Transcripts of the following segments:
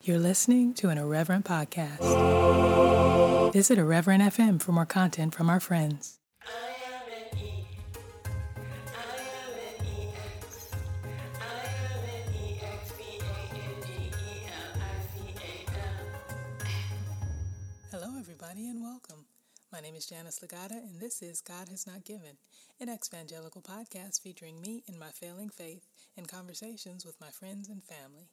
You're listening to an Irreverent podcast. Visit Irreverent FM for more content from our friends. Hello, everybody, and welcome. My name is Janice Legata, and this is God Has Not Given, an evangelical podcast featuring me and my failing faith and conversations with my friends and family.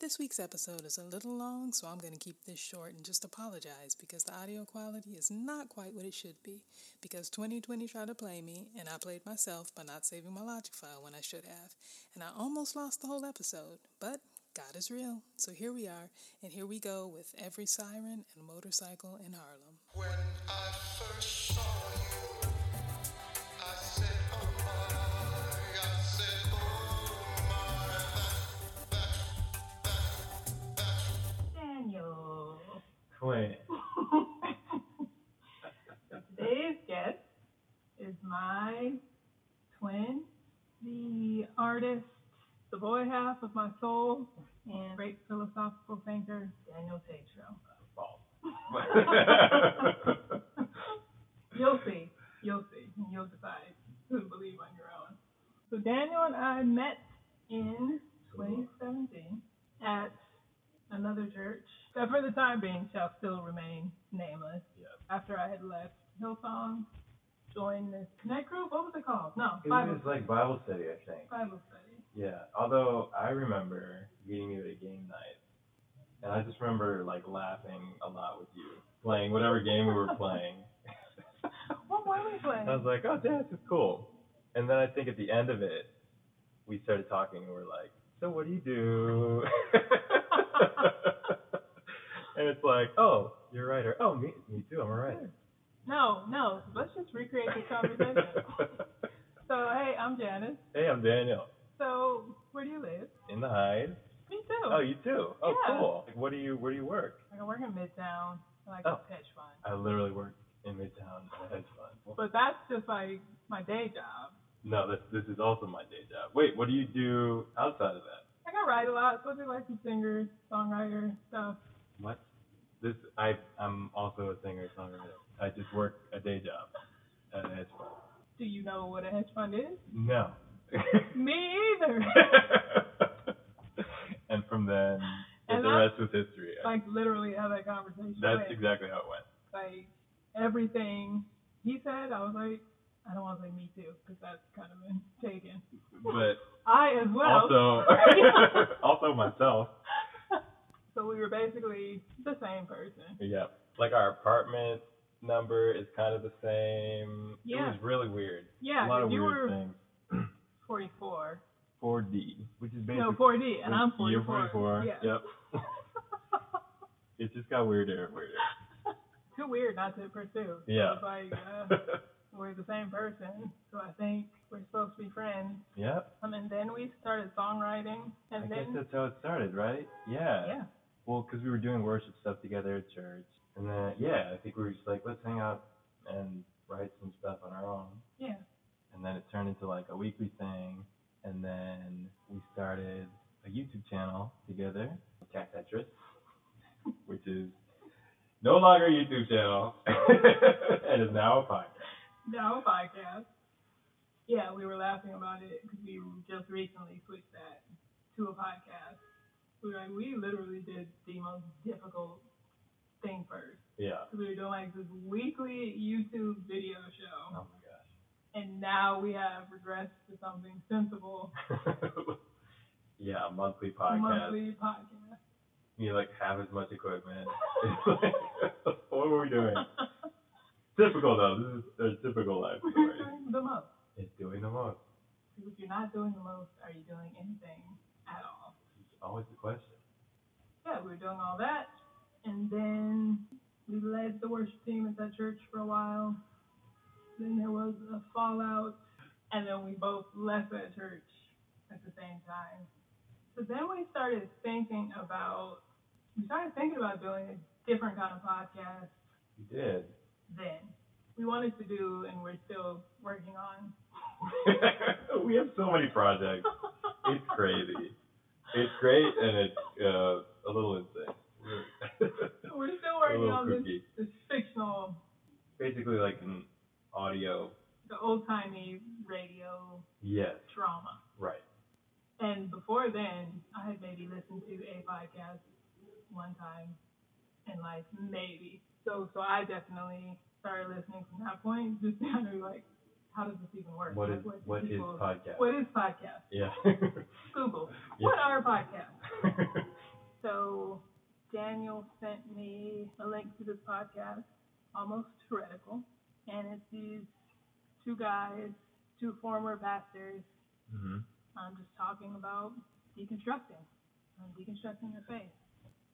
This week's episode is a little long, so I'm going to keep this short and just apologize because the audio quality is not quite what it should be. Because 2020 tried to play me, and I played myself by not saving my logic file when I should have, and I almost lost the whole episode, but God is real. So here we are, and here we go with every siren and motorcycle in Harlem. When I first saw you, I said, Oh my, I said, Oh my, that, that, that, that. Daniel. Clint. Today's guest is my twin, the artist, the boy half of my soul, and great philosophical thinker, Daniel Tatro. You'll see. You'll see. and You'll decide who to believe on your own. So Daniel and I met in 2017 at another church that for the time being shall still remain nameless. After I had left Hillsong, joined this connect group. What was it called? No, it Bible, was like Bible study, I think. Bible study. Yeah. Although I remember meeting you at a game night, and I just remember like laughing a lot with you playing whatever game we were playing. What were we playing? I was like, oh, damn, this is cool. And then I think at the end of it, we started talking, and we are like, so what do you do? and it's like, oh, you're a writer. Oh, me, me too. I'm a writer. No, no. Let's just recreate this conversation. so hey, I'm Janice. hey, I'm Daniel. So where do you live? In the Heights. Me too. Oh, you do? Oh, Yeah. cool. Like, what do you Where do you work? Like, I work in Midtown. I like to Oh. hedge fund. I literally work in Midtown at a hedge fund. But that's just like my day job. No, this this is also my day job. Wait, what do you do outside of that? Like I write a lot, so I do like some singer, songwriter stuff. What? This I I'm also a singer songwriter. I just work a day job at a hedge fund. Do you know what a hedge fund is? No. Me either. and from then, And the that's- rest was history. I- like literally have that conversation. that's with. exactly how it went. like everything he said, I was like, I don't want to say me too, because that's kind of been taken. But I as well. also also myself. so we were basically the same person. Yeah. Like our apartment number is kind of the same. It Yeah. was really weird. Yeah, a lot of you weird were things. 44. 4D, which is basically No, 4D, and I'm 44. You're 44. Yeah. Yep. it just got weirder and weirder. Too weird not to pursue. Yeah. It's like, uh, we're the same person, so I think we're supposed to be friends. yep. Um, and then we started songwriting, and I guess then that's how it started, right? Yeah. yeah, Well, because we were doing worship stuff together at church, and then yeah, I think we were just like, let's hang out and write some stuff on our own. yeah. and then it turned into like a weekly thing, and then we started a YouTube channel together, Cat Tetris, which is no longer a YouTube channel, and is now a podcast. No podcast. Yeah, we were laughing about it because we just recently switched that to a podcast. We were like, we literally did the most difficult thing first. Yeah. 'Cause we were doing like this weekly YouTube video show, Oh my and now we have regressed to something sensible, gosh. yeah, a monthly podcast. monthly podcast. You like have as much equipment. It's like, what were we doing? typical though. This is a typical life story. the most. it's doing the most. Because if you're not doing the most, are you doing anything at all? It's always the question. yeah, we were doing all that. And then we led the worship team at that church for a while. Then there was a fallout. And then we both left that church at the same time. So then we started thinking about, we started thinking about doing a different kind of podcast You did. then. We wanted to do, and we're still working on. we have so many projects. It's crazy. It's great and it's uh, a little insane. Oh, one time in life, maybe. So so I definitely started listening from that point, just down to like, how does this even work? What Like, is do what is people- podcast? what is podcast? Yeah. Google. Yeah. What are podcasts? So Daniel sent me a link to this podcast, Almost Heretical, and it's these two guys, two former pastors, hmm um, just talking about deconstructing, um, deconstructing your faith.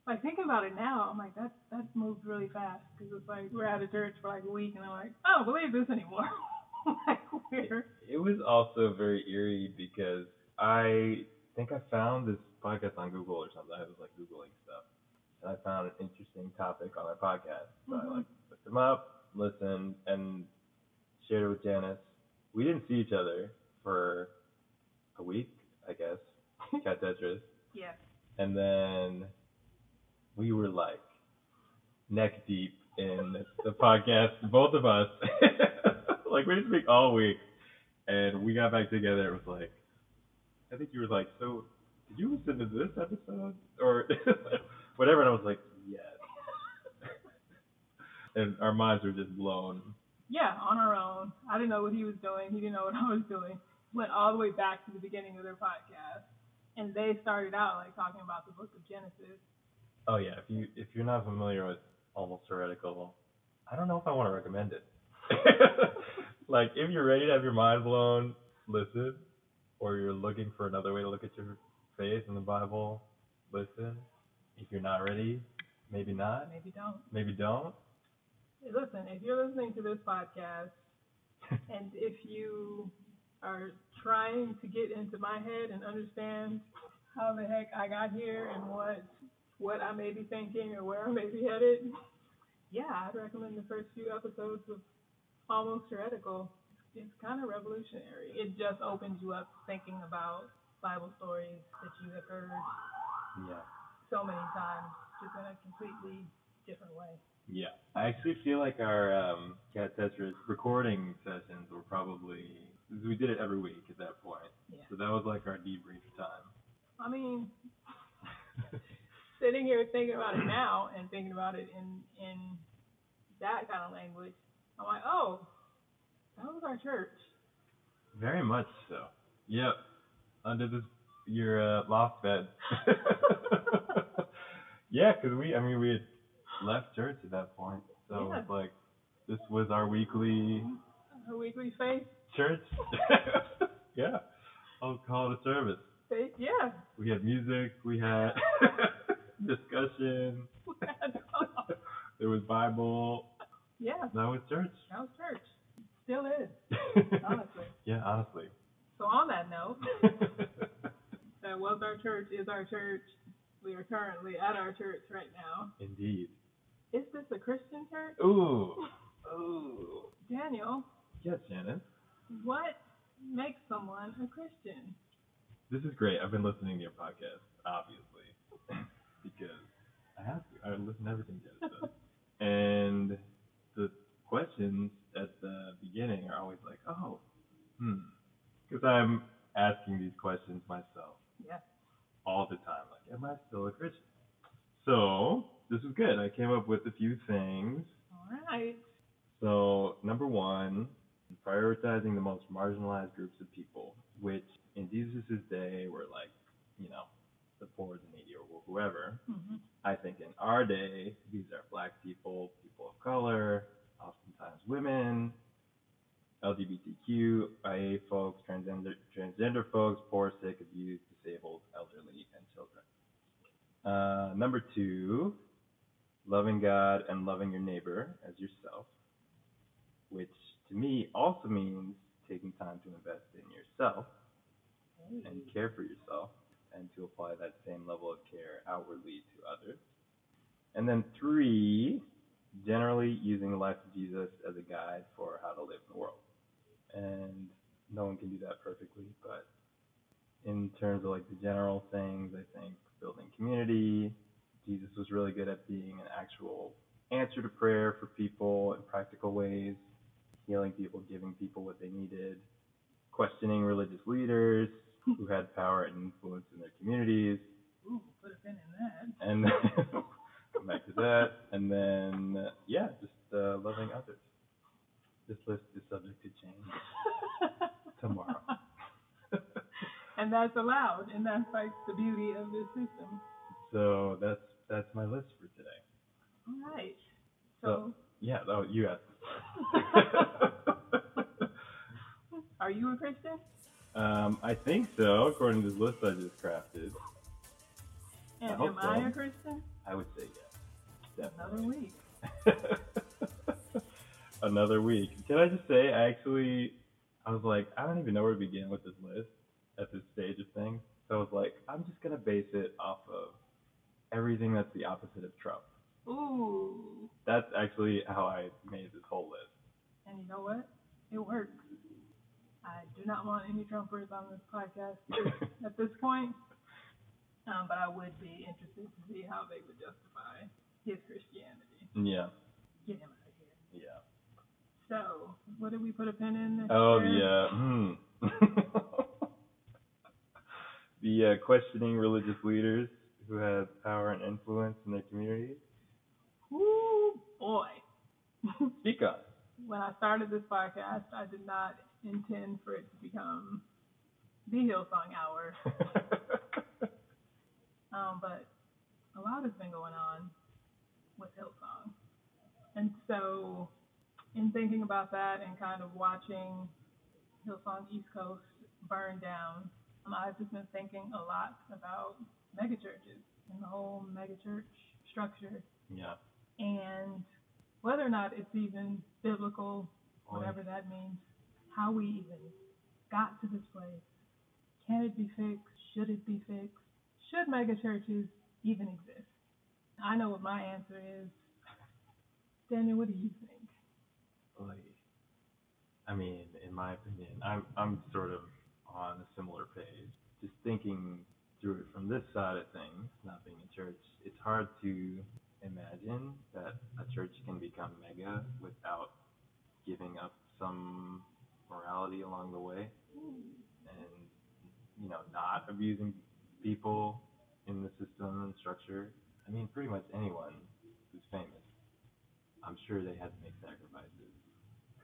Like thinking about it now, I'm like that that moved really fast because it's like we're out of church for like a week, and I'm like, I don't believe this anymore. like we're It was also very eerie because I think I found this podcast on Google or something. I was like Googling stuff. And I found an interesting topic on their podcast. So Mhm. I like looked them up, listened, and shared it with Janice. We didn't see each other for a week, I guess. Cat Tetris. yeah, And then we were like neck deep in the podcast, both of us. like we didn't speak all week. And we got back together. It was like, I think you were like, so did you listen to this episode? Or whatever. And I was like, yes. and our minds were just blown. yeah, on our own. I didn't know what he was doing. He didn't know what I was doing. Went all the way back to the beginning of their podcast, and they started out like talking about the Book of Genesis. Oh yeah, if you if you're not familiar with Almost Heretical, I don't know if I want to recommend it. like if you're ready to have your mind blown, listen. Or you're looking for another way to look at your faith in the Bible, listen. If you're not ready, maybe not. Maybe don't. Maybe don't. Hey, Listen, if you're listening to this podcast and if you are trying to get into my head and understand how the heck I got here and what what I may be thinking or where I may be headed, yeah, I'd recommend the first few episodes of Almost Heretical. It's kind of revolutionary. It just opens you up to thinking about Bible stories that you have heard Yeah. so many times, just in a completely different way. Yeah. I actually feel like our um, Cat Tetris recording sessions were probably we did it every week at that point. Yeah. So that was like our debrief time. I mean, sitting here thinking about it now and thinking about it in in that kind of language, I'm like, oh, that was our church. Very much so. Yep. Under this your uh, loft bed. yeah, because we, I mean, we had left church at that point, so Yeah. it's like this was our weekly Our weekly faith, church. yeah. I'll call it a service. faith, yeah. We had music. We had discussion. There was Bible. yeah, That was church. that was church. Still is, honestly. yeah, honestly. So on that note, that was our church, is our church. We are currently at our church right now. Indeed. Is this a Christian church? Ooh. Ooh. Daniel, Yes, Shannon. what makes someone a Christian? This is great. I've been listening to your podcast, obviously, because I have to. I listen to everything Janice does. and the questions at the beginning are always like, oh, hmm. Because I'm asking these questions myself Yeah. all the time. Like, am I still a Christian? So, this is good. I came up with a few things All right. So, number one, prioritizing the most marginalized groups of people, which in Jesus' day were like, you know, the poor, the needy, or wh- whoever. Mm-hmm. I think in our day, these are black people, people of color, oftentimes women, LGBTQ, IA folks, transgender, transgender folks, poor, sick, abused, disabled, elderly, and children. Uh, number two, loving God and loving your neighbor as yourself, which to me also means taking time to invest in yourself and care for yourself and to apply that same level of care outwardly to others. And then three, generally using the life of Jesus as a guide for how to live in the world. And no one can do that perfectly, but in terms of like the general things, I think building community, Jesus was really good at being an actual answer to prayer for people in practical ways, healing people, giving people what they needed, questioning religious leaders who had power and influence in their communities, Ooh, put a pin in that. and uh, that's allowed, and that's like the beauty of this system. So that's that's my list for today. All right. So, So- Yeah, oh, you asked. are you a Christian? um, I think so, according to this list I just crafted. And I hope am I so. a Christian? I would say yes. Another Definitely. week. Another week. Can I just say, I actually, I was like, I don't even know where to begin with this list at this stage of things. So I was like, I'm just going to base it off of everything that's the opposite of Trump. Ooh. That's actually how I made this whole list. And you know what? It works. I do not want any Trumpers on this podcast at this point, um, but I would be interested to see how they would justify his Christianity. Yeah. Get him out of here. Yeah. So, what did we put a pin in? This Oh, year? the, uh, hmm. the uh, questioning religious leaders who have power and influence in their communities. Ooh, boy. Speak up. when I started this podcast, I did not intend for it to become the Hillsong Hour, um, but a lot has been going on with Hillsong. And so, in thinking about that and kind of watching Hillsong East Coast burn down, um, I've just been thinking a lot about megachurches and the whole megachurch structure yeah. and whether or not it's even biblical, whatever that means, how we even got to this place. Can it be fixed? Should it be fixed? Should megachurches even exist? I know what my answer is. Daniel, what do you think? like I mean, in my opinion, I'm I'm sort of on a similar page. Just thinking through it from this side of things, not being a church, it's hard to imagine that a church can become mega without giving up some morality along the way and you know, not abusing people in the system and structure. I mean pretty much anyone who's famous. I'm sure they had to make sacrifices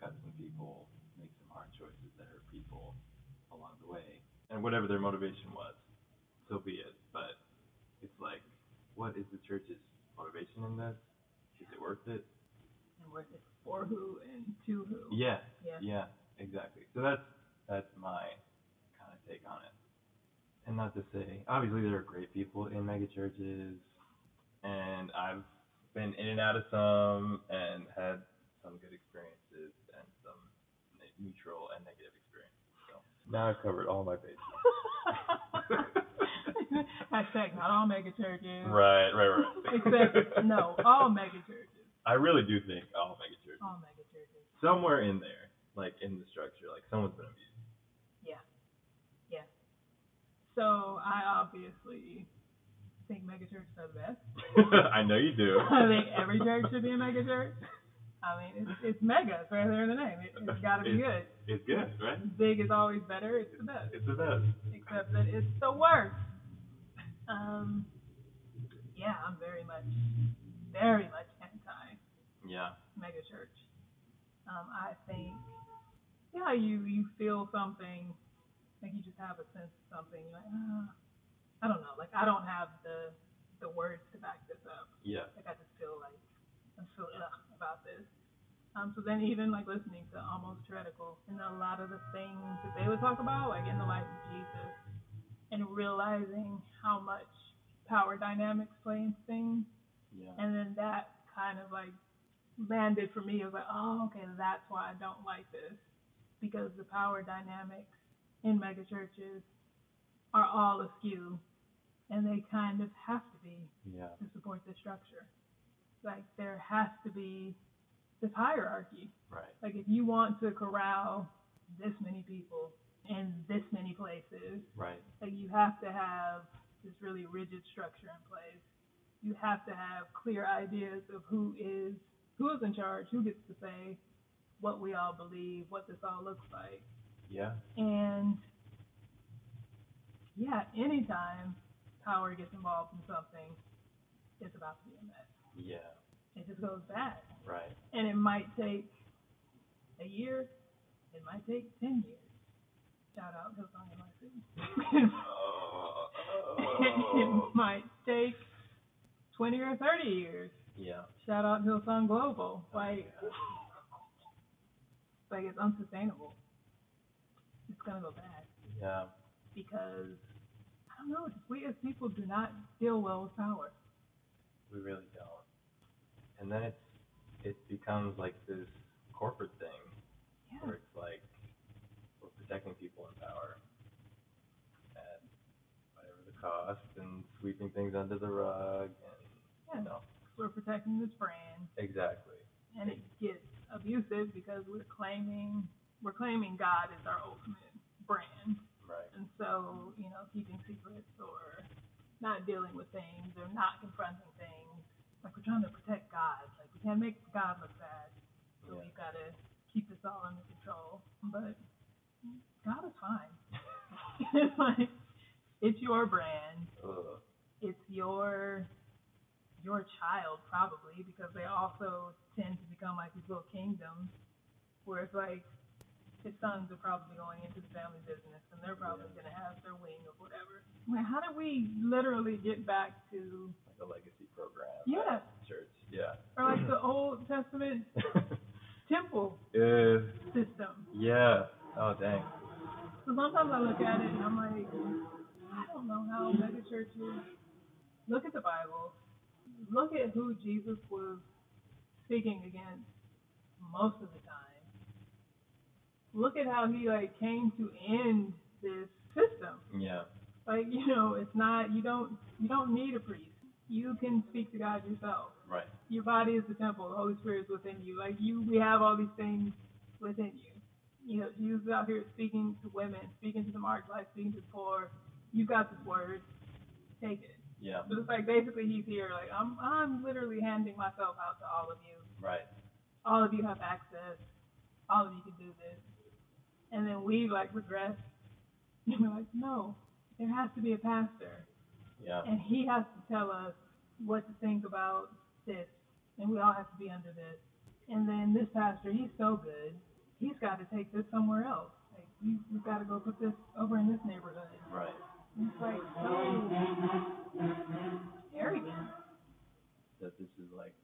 cut some people, make some hard choices that hurt people along the way, and whatever their motivation was, so be it. But it's like, what is the church's motivation in this? Is it worth it? And worth it for who and to who? Yeah, yeah, Yeah. exactly. So that's that's my kind of take on it. And not to say, obviously there are great people in megachurches, and I've been in and out of some, and had some good experiences and some ne- neutral and negative experiences. So now I've covered all my bases. Hashtag not all megachurches. Right, right, right. Except, no, all megachurches. I really do think all megachurches, All megachurches. somewhere in there, like in the structure, like someone's been abused. Yeah. Yeah. So I obviously think megachurches are the best. I know you do. I think every church should be a megachurch. I mean, it's, it's mega. It's right there in the name. It, it's got to be good. It's good, right? Big is always better. It's the best. It's the best. Except that it's the worst. Um, yeah, I'm very much, very much anti Yeah. megachurch. Um, I think, yeah, you you feel something, like you just have a sense of something. You're like, uh, I don't know, like I don't have the the words to back this up. Yeah. Like I just feel like I just feel ugh about this. Um, so then even like listening to almost heretical and a lot of the things that they would talk about, like in the life of Jesus, and realizing how much power dynamics play in things. Yeah. And then that kind of like landed for me. It was like, oh, okay, that's why I don't like this. Because the power dynamics in megachurches are all askew and they kind of have to be Yeah. to support the structure. Like, there has to be this hierarchy. Right. Like, if you want to corral this many people in this many places, Right. like you have to have this really rigid structure in place. You have to have clear ideas of who is who is in charge, who gets to say what we all believe, what this all looks like. Yeah. And yeah, anytime power gets involved in something, it's about to be a mess. Yeah. It just goes bad. Right. And it might take a year, it might take ten years. Shout out Hillsong University. it might take 20 or 30 years. yeah. oh, Shout out Hillsong Global. Like, like it's unsustainable. It's gonna go bad Yeah. because I don't know. Just we as people do not deal well with power. We really don't. And then it's it becomes like this corporate thing Yeah, where it's like we're protecting people in power at whatever the cost and sweeping things under the rug and yeah. you know. We're protecting this brand, Exactly. and it gets abusive because we're claiming we're claiming God is our ultimate brand. Right. And so, you know, keeping secrets or not dealing with things or not confronting things. Like we're trying to protect God. Like we can't make God look bad. So Yeah. we've gotta keep this all under control. But God is fine. it's like it's your brand. Ugh. It's your your child probably because they also tend to become like these little kingdoms where it's like his sons are probably going into the family business and they're probably Yeah. going to have their wing of whatever. Like, how do we literally get back to, Like a legacy program. Yeah. at Church. Yeah. or like the Old Testament temple Uh, system? yeah. Oh dang. So sometimes I look at it and I'm like, I don't know how mega churches look at the Bible, look at who Jesus was speaking against most of the time. Look at how he like came to end this system. Yeah. Like, you know, it's not you don't you don't need a priest. You can speak to God yourself. Right. Your body is the temple, the Holy Spirit is within you. Like you we have all these things within you. You know, Jesus is out here speaking to women, speaking to the marginalized, speaking to the poor. You've got this word, take it. Yeah. But it's like basically he's here, like I'm I'm literally handing myself out to all of you. Right. All of you have access. All of you can do this. And then we like regress and we're like, No, there has to be a pastor Yeah. and he has to tell us what to think about this, and we all have to be under this. And then this pastor, he's so good, he's got to take this somewhere else. Like we, we've got to go put this over in this neighborhood. Right. It's like "Oh, so arrogant. that this is like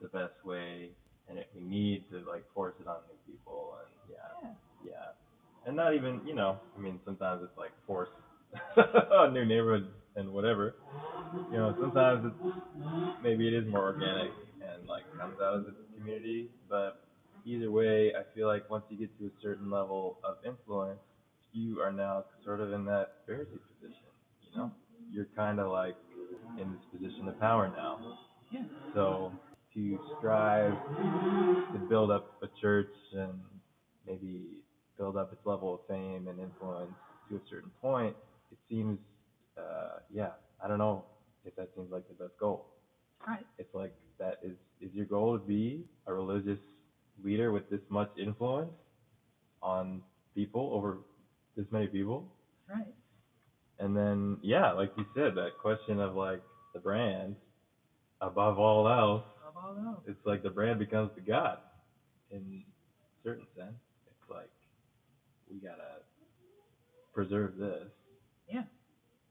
the best way and it, we need to like force it on new people and yeah Yeah. yeah and not even you know i mean sometimes it's like force on new neighborhoods and whatever you know sometimes it's maybe it is more organic and like comes out of the community but either way i feel like once you get to a certain level of influence you are now sort of in that Pharisee position you know you're kind of like in this position of power now Yeah. so to strive to build up a church and maybe build up its level of fame and influence to a certain point, it seems, uh, yeah, I don't know if that seems like the best goal. Right. It's like that is is your goal to be a religious leader with this much influence on people over this many people? Right. And then, yeah, like you said, that question of like the brand above all else, Of all those. it's like the brand becomes the god in a certain sense. It's like we gotta preserve this, Yeah.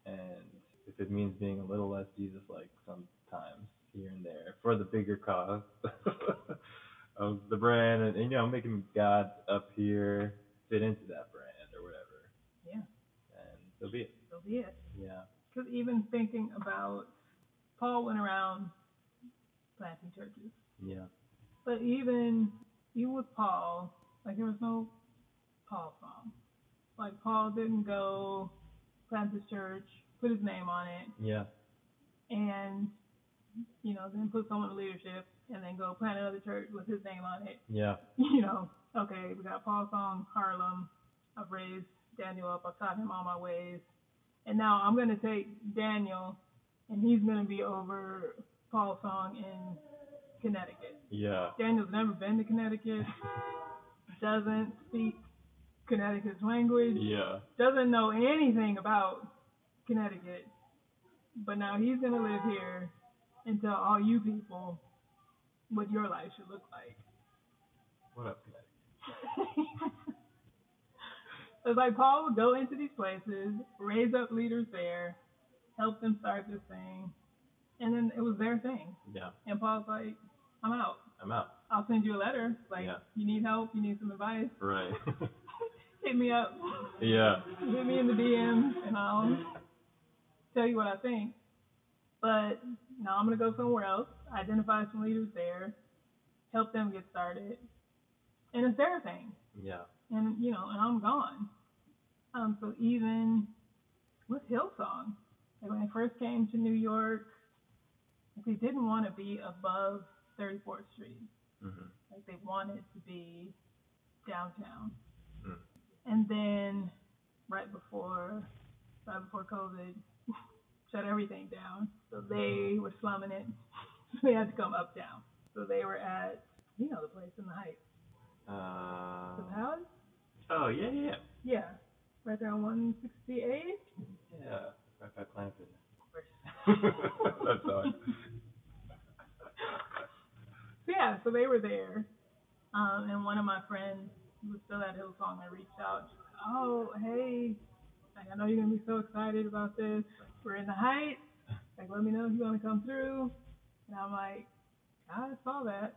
and if it means being a little less Jesus-like sometimes here and there for the bigger cause of the brand, and, and you know, making God up here fit into that brand or whatever, Yeah. and so be it. So be it. Yeah. Because even thinking about Paul went around planting churches. Yeah. But even even with Paul, like there was no Paul song. Like Paul didn't go plant his church, put his name on it, Yeah. and you know, then put someone in leadership and then go plant another church with his name on it. Yeah. You know, okay, we got Paul song, Harlem, I've raised Daniel up, I've taught him all my ways. And now I'm gonna take Daniel and he's gonna be over Paul song in Connecticut. Yeah. Daniel's never been to Connecticut, doesn't speak Connecticut's language, Yeah. doesn't know anything about Connecticut, but now he's going to live here and tell all you people what your life should look like. What up, Connecticut? So it's like Paul would go into these places, raise up leaders there, help them start this thing, and then it was their thing. Yeah, And Paul's like, I'm out. I'm out. I'll send you a letter. Like, Yeah. you need help, you need some advice, Right. hit me up, yeah. hit me in the DMs, and I'll tell you what I think. But now I'm gonna go somewhere else, identify some leaders there, help them get started, and it's their thing. Yeah. and you know, and I'm gone. Um, so even with Hillsong, like when I first came to New York, like they didn't want to be above 34th Street. Mm-hmm. Like they wanted to be downtown. Mm. And then right before, right before COVID, shut everything down. So they were slumming it. So they had to come uptown. So they were at, you know, the place in the Heights, the Uh, Palace. oh yeah, yeah, Yeah, right there on 168. yeah. Right by Planet Fitness. That's so odd. yeah, so they were there, um, and one of my friends who was still at Hillsong, I reached out. She was, oh, hey, like, I know you're gonna be so excited about this. We're in the Heights. Like, let me know if you want to come through. And I'm like, I saw that.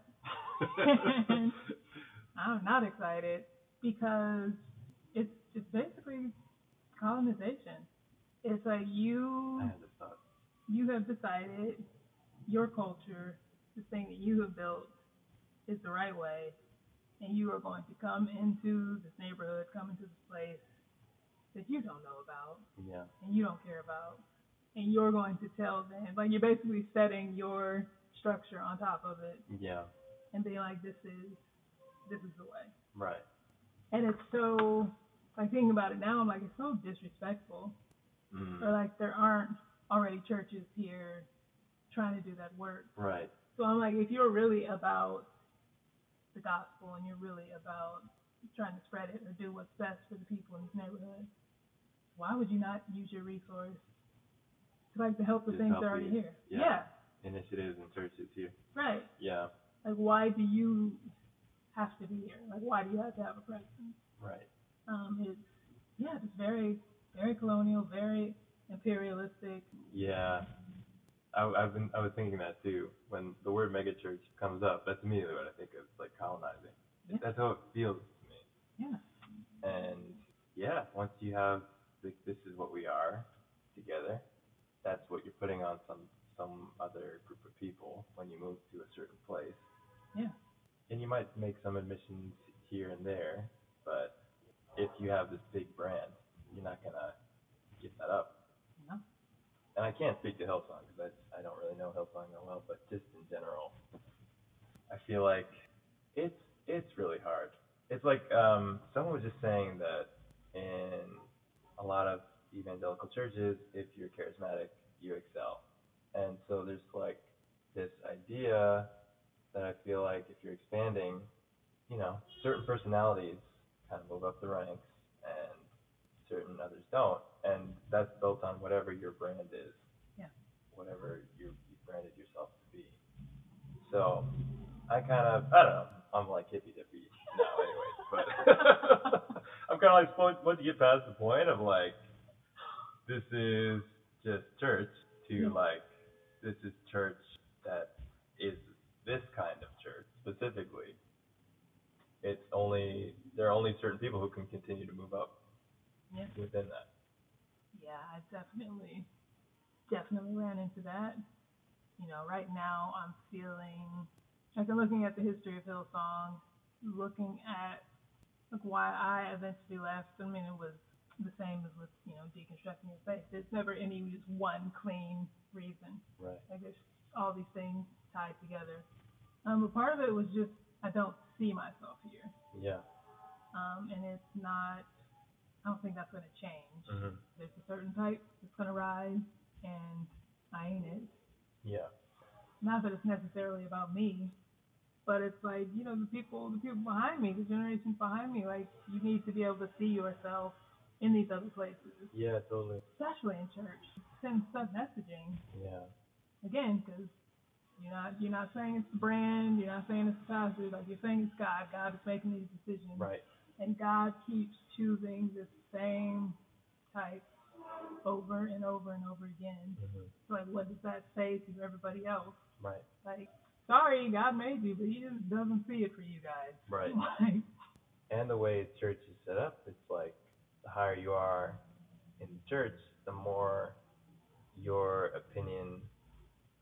I'm not excited because it's it's basically colonization. It's like you I had this thought. you have decided your culture, the thing that you have built, is the right way, and you are going to come into this neighborhood, come into this place that you don't know about Yeah. and you don't care about, and you're going to tell them, like you're basically setting your structure on top of it Yeah. and being like, this is this is the way. Right. And it's so like thinking about it now, I'm like it's so disrespectful. Or Mm. like there aren't already churches here trying to do that work. Right. So I'm like, if you're really about the gospel and you're really about trying to spread it or do what's best for the people in this neighborhood, why would you not use your resource to like to help the Just things help that are already you. here? Yeah. yeah, Initiatives and churches here. right. Yeah. Like, why do you have to be here? Like, why do you have to have a presence? Right. um, is yeah, just very very colonial, very imperialistic. Yeah. I, I've been I was thinking that too. When the word megachurch comes up, that's immediately what I think of, like colonizing. Yeah. That's how it feels to me. Yeah, And yeah, once you have like this is what we are together, that's what you're putting on some some other group of people when you move to a certain place. Yeah. And you might make some admissions here and there, but if you have this big brand, you're not gonna give that up. No. And I can't speak to Hillsong because I I don't really know Hillsong that well, but just in general, I feel like it's it's really hard it's like um, someone was just saying that in a lot of evangelical churches, if you're charismatic, you excel. And so there's like this idea that I feel like if you're expanding, you know, certain personalities kind of move up the ranks and certain others don't. And that's built on whatever your brand is. Yeah. Whatever you you branded yourself to be. So I kind of, I don't know, I'm like hippy dippy now anyways, but I'm kind of like, supposed- once you get past the point of like, this is just church to Yeah. like, this is church that is this kind of church specifically. It's only, there are only certain people who can continue to move up yeah, within that. yeah. I definitely definitely ran into that. You know, right now I'm feeling like I'm looking at the history of Hillsong, looking at like why I eventually left. I mean, it was the same as with you know deconstructing your faith. There's never any just one clean reason. Right. Like there's all these things tied together. Um, but part of it was just I don't see myself here, Yeah. um, and it's not. I don't think that's going to change. Mm-hmm. There's a certain type that's going to rise, and I ain't it. Yeah. Not that it's necessarily about me, but it's like you know the people, the people behind me, the generations behind me. Like you need to be able to see yourself in these other places, Yeah, totally. especially in church. Send sub messaging Yeah. again because you're not you're not saying it's the brand, you're not saying it's the pastor, like you're saying it's God. God is making these decisions, Right. and God keeps choosing the same type over and over and over again. Mhm. So, like, what does that say to everybody else? Right. Like, sorry, God made you, but He just doesn't see it for you guys. Right. Like, and the way church is set up, it's like the higher you are in the church, the more your opinion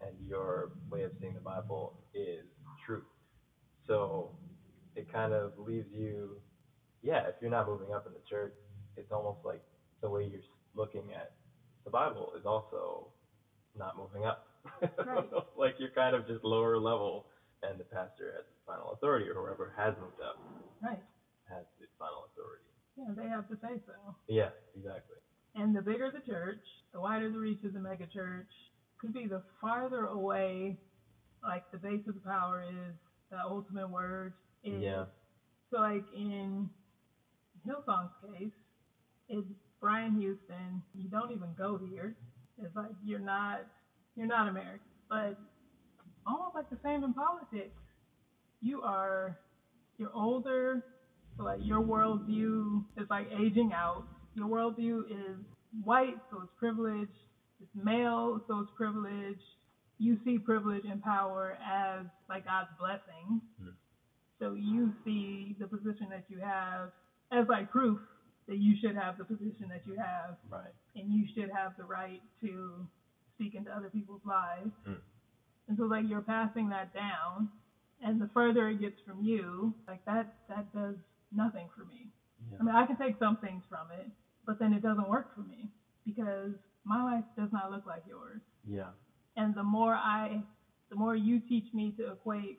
and your way of seeing the Bible is true. So it kind of leaves you, yeah, if you're not moving up in the church, it's almost like the way you're looking at the Bible is also not moving up. Right. like you're kind of just lower level, and the pastor has the final authority, or whoever has moved up right. has the final authority. Yeah, they have to say so. Yeah, exactly. And the bigger the church, the wider the reach of the megachurch. Could be the farther away, like the base of the power is, the ultimate word is. Yeah. So, like in Hillsong's case, it's Brian Houston. You don't even go here. It's like you're not you're not American, but almost like the same in politics. You are you're older, so like your worldview is like aging out. Your worldview is white, so it's privilege. It's male, so it's privilege. You see privilege and power as like God's blessing. Mm. So you see the position that you have as like proof that you should have the position that you have Right. and you should have the right to speak into other people's lives. Mm. And so like you're passing that down and the further it gets from you, like that that does nothing for me. I Yeah. mean I can take some things from it, but then it doesn't work for me because my life does not look like yours. Yeah. And the more I the more you teach me to equate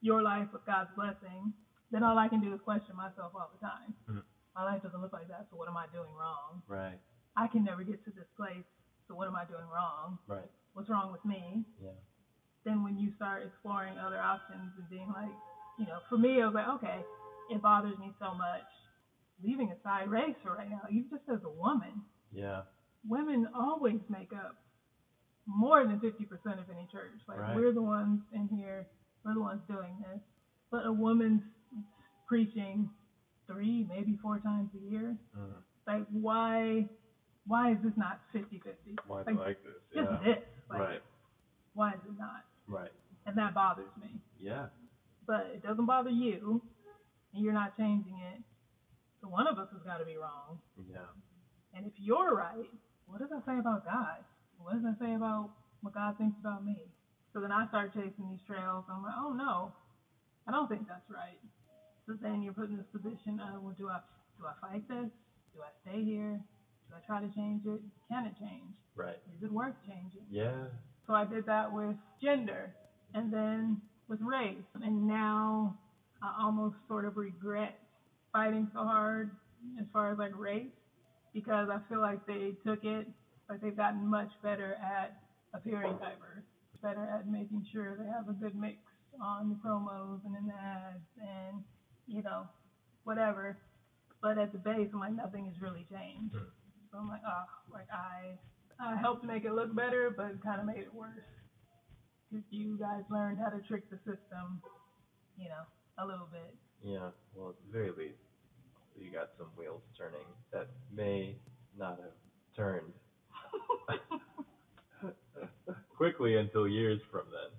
your life with God's blessing, then all I can do is question myself all the time. Mm. My life doesn't look like that, so what am I doing wrong? Right. I can never get to this place, so what am I doing wrong? Right. What's wrong with me? Yeah. Then when you start exploring other options and being like, you know, for me, I was like, okay, it bothers me so much. Leaving aside race for right now, even just as a woman, Yeah. women always make up more than 50% of any church. Like, Right. we're the ones in here, we're the ones doing this. But a woman's preaching three, maybe four times a year. Mm. Like, why, why is this not 50 50? Why Like, like this? just Yeah. this. Like, Right. Why is it not? Right. And that bothers me. Yeah. But it doesn't bother you, and you're not changing it. So one of us has got to be wrong. Yeah. And if you're right, what does that say about God? What does that say about what God thinks about me? So then I start chasing these trails. And I'm like, oh no, I don't think that's right. So then you're put in this position of, well, do I do I fight this? Do I stay here? Do I try to change it? Can it change? Right. Is it worth changing? Yeah. So I did that with gender and then with race. And now I almost sort of regret fighting so hard as far as like race because I feel like they took it, like they've gotten much better at appearing diverse, better at making sure they have a good mix on the promos and in the ads and, you know, whatever. But at the base, I'm like, nothing has really changed. So I'm like, oh, like I I helped make it look better, but kind of made it worse. Because you guys learned how to trick the system, you know, a little bit. Yeah. Well, at the very least, you got some wheels turning that may not have turned quickly until years from then.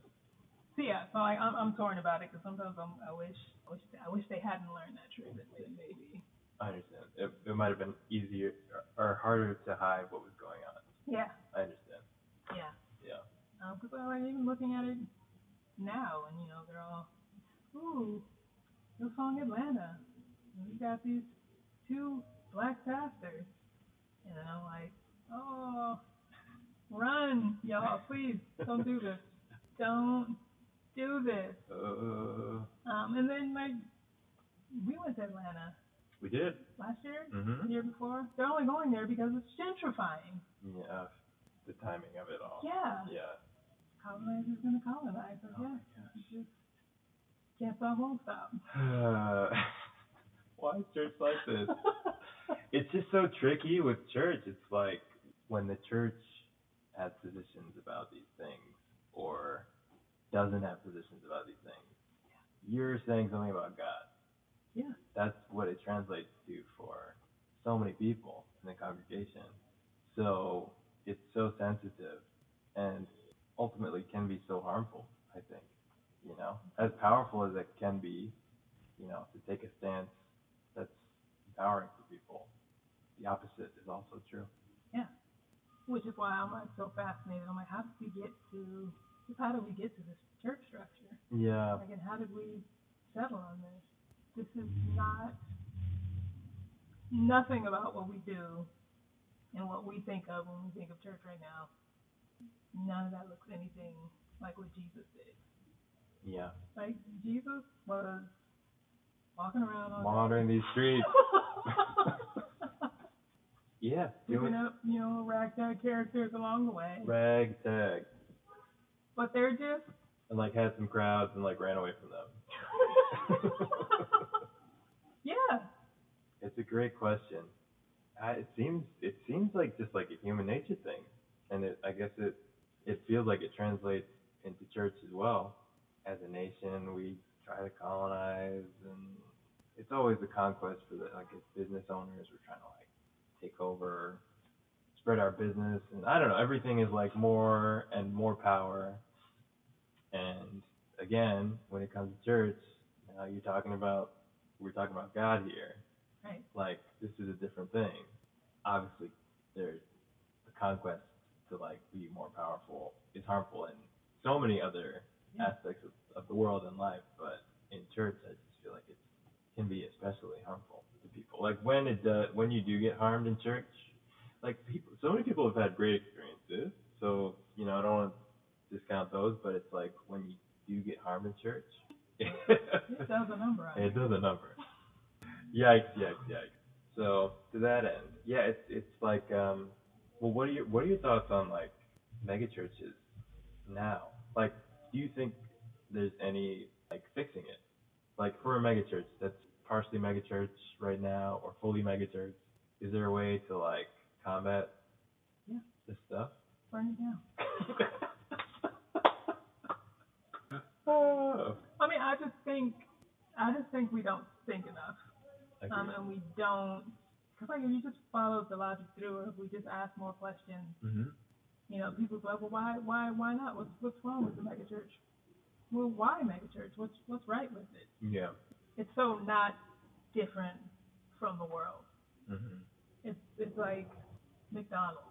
So yeah, so like I'm I'm torn about it because sometimes I'm, I wish I wish I wish they hadn't learned that trick. Then maybe. I understand. It, it might have been easier or, or harder to hide what was going on. Yeah, I understand. yeah. Yeah. Because um, I'm like even looking at it now, and you know they're all, ooh, the song Atlanta. And we got these two black pastors, and then I'm like, oh, run, y'all, please don't do this, don't do this. Uh, Um, and then like we went to Atlanta we did. last year, Mm-hmm. the year before. They're only going there because it's gentrifying. Yeah. The timing of it all. Yeah, Yeah. Oh colonizers gonna colonize. Like, yeah, it's just can't stop, won't stop. Uh, why is church like this? It's just so tricky with church. It's like when the church has positions about these things or doesn't have positions about these things, you're saying something about God. Yeah. That's what it translates to for so many people in the congregation. So it's so sensitive and ultimately can be so harmful, I think. You know, as powerful as it can be, you know, to take a stance that's empowering for people, the opposite is also true. Which is why I'm like so fascinated. I'm like, how did we get to just how did we get to this church structure? Yeah. Like, and how did we settle on this? This is not nothing about what we do and what we think of when we think of church right now. None of that looks anything like what Jesus did. Yeah. Like Jesus was walking around on Monitoring these streets. Yeah. picking Doing up, you know, ragtag characters along the way. ragtag. But they're just And like had some crowds and like ran away from them. yeah. It's a great question. I, it seems it seems like just like a human nature thing, and it I guess it it feels like it translates into church as well. As a nation, we try to colonize, and it's always a conquest for the like as business owners, we're trying to like take over, spread our business, and I don't know. Everything is like more and more power, and again, when it comes to church, now you're talking about we're talking about God here Right. like this is a different thing. Obviously, there's the conquest to like be more powerful is harmful in so many other Yeah. aspects of, of the world and life, but in church, I just feel like it can be especially harmful to people. Like when it does, when you do get harmed in church, like people, so many people have had great experiences. So you know, I don't want to discount those, but it's like when you do get harmed in church, It does a number on It it. does a number. Yikes! Yikes! Yikes! So to that end, yeah, it's it's like, um, well, what are your what are your thoughts on like megachurches now? Like, do you think there's any like fixing it? Like for a megachurch that's partially megachurch right now or fully megachurch, is there a way to like combat Yeah. this stuff? Burn it down. oh, I mean, I just think, I just think we don't think enough, um, agree. and we don't. Cause like if you just follow the logic through, or if we just ask more questions, Mhm. you know, people's like, well, why, why, why not? What's, what's wrong with the megachurch? Well, why megachurch? What's, what's right with it? Yeah. It's so not different from the world. Mhm. It's, it's like McDonald's.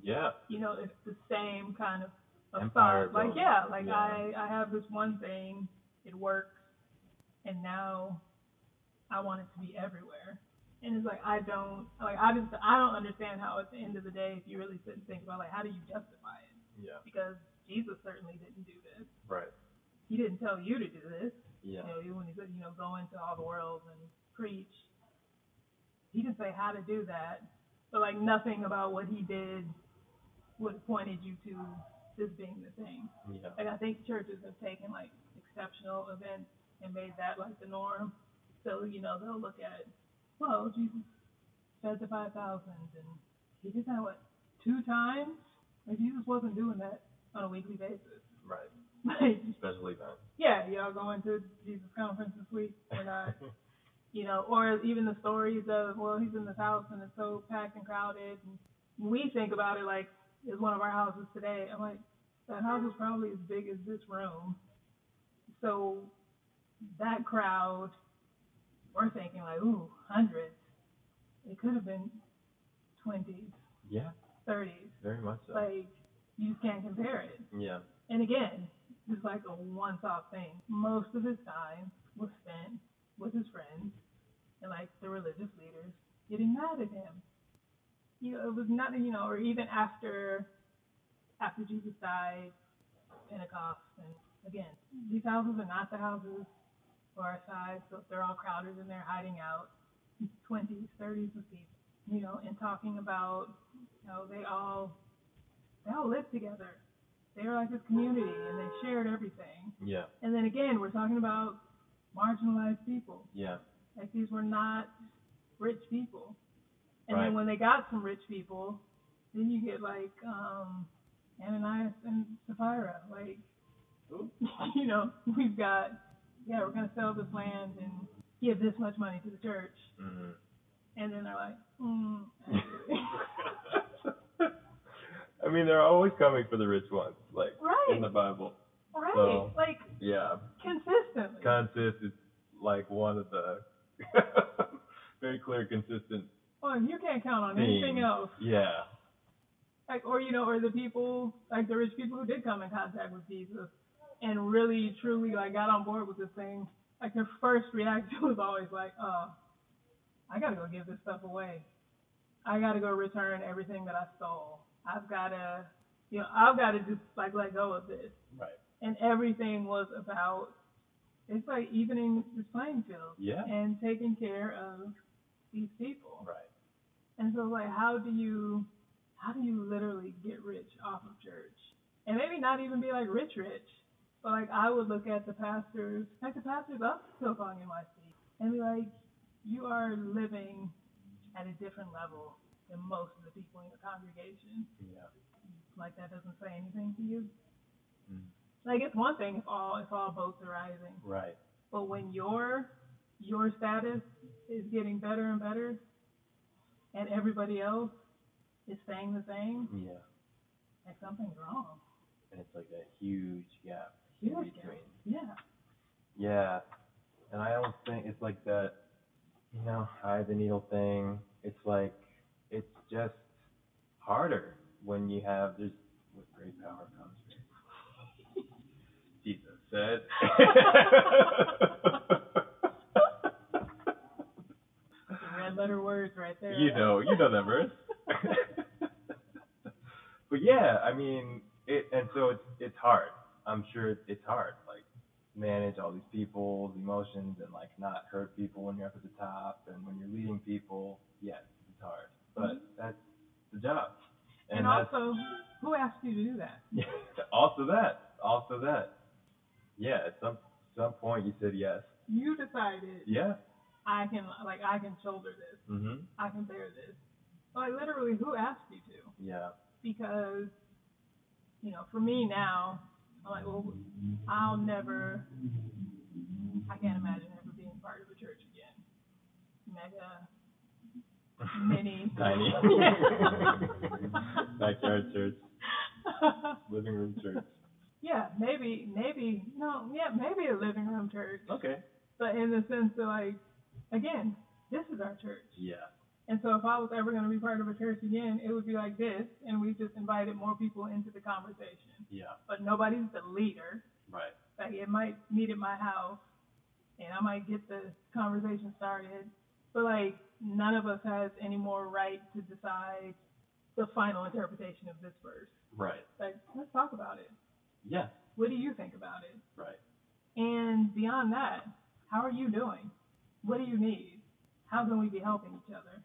Yeah. you know, it's the same kind of, of Empire thought. Like, building. yeah, like Yeah. I, I have this one thing, it works, and now I want it to be everywhere. And it's like I don't, like I just, I don't understand how at the end of the day, if you really sit and think about, like, how do you justify it? Yeah. Because Jesus certainly didn't do this. Right. He didn't tell you to do this. Yeah. You know, even when he said, you know, go into all the world and preach, he didn't say how to do that. But like nothing about what he did would have pointed you to this being the thing. Yeah. Like I think churches have taken like exceptional events and made that like the norm. So, you know, they'll look at, well, Jesus fed the five thousand and he did that what, two times? Like Jesus wasn't doing that on a weekly basis. Right. Like Special event. yeah, y'all going to Jesus conference this week or not? you know, or even the stories of well, he's in this house and it's so packed and crowded. And we think about it like is one of our houses today. I'm like, that house is probably as big as this room. So that crowd, we're thinking like, ooh, hundreds. It could have been twenties, Yeah. thirties. Very much so. Like you just can't compare it. yeah. And again, it's like a once off thing. Most of his time was spent with his friends and like the religious leaders getting mad at him. You know, it was not you know, or even after after Jesus died, Pentecost and again, these houses are not the houses for our size, so they're all crowded and they're hiding out twenties, thirties of people, you know, and talking about you know, they all they all live together they were like this community and they shared everything. Yeah. And then again, we're talking about marginalized people. Yeah. Like these were not rich people. And Right. then when they got some rich people, then you get like um Ananias and Sapphira. Like Ooh. you know, we've got yeah, we're gonna sell this land and give this much money to the church, Mm. and then they're like, mm, actually. I mean, they're always coming for the rich ones, like in right, the Bible. right, so- like Yeah, consistently. consist is like one of the very clear, consistent. Oh, and you can't count on Theme. anything else. Yeah, Like, or you know, or the people, like the rich people who did come in contact with Jesus, and really, truly, like got on board with this thing. Like their first reaction was always like, "Uh, I gotta go give this stuff away. I gotta go return everything that I stole. I've gotta, you know, I've gotta just like let go of this." right. And everything was about it's like evening this playing field Yeah, and taking care of these people. right. And so like how do you how do you literally get rich off of church? And maybe not even be like rich rich. But like I would look at the pastors like the pastors up still calling NYC and be like, You are living at a different level than most of the people in your congregation. Yeah. Like that doesn't say anything to you. Mm. Like it's one thing if all if all boats are rising. Right. But when your your status is getting better and better, and everybody else is staying the same, Yeah. like something's wrong. And it's like a huge gap. in Huge gap. between. Yeah. Yeah. And I almost think it's like that, you know, eye the needle thing. It's like, it's just harder when you have, there's, with great power comes great. Jesus said. Red letter words right there. you know, you know that verse. but yeah, I mean, it, and so it's, it's hard. I'm sure it- it's hard. Like, manage all these people's emotions and like not hurt people when you're up at the top and when you're leading people. Yes, it's hard, but that's the job. Mm-hmm. And, that's also, who asked you to do that? also that, also that. Yeah, at some some point you said yes. You decided Yeah. I can like I can shoulder this. Mhm. I can bear this. Like literally, who asked you to? Yeah. because you know for me now i'm like well i'll never i can't imagine ever being part of a church again mega mini Tiny. Yeah. Backyard church, living room church. yeah maybe maybe no yeah maybe a living room church Okay. but in the sense that like again this is our church Yeah. and so if i was ever going to be part of a church again it would be like this and we just invited more people into the conversation Yeah. but nobody's the leader. Right. Like it might meet at my house and I might get the conversation started. But like none of us has any more right to decide the final interpretation of this verse. Right. Like, let's talk about it. Yeah. What do you think about it? Right. And beyond that, how are you doing? What do you need? How can we be helping each other?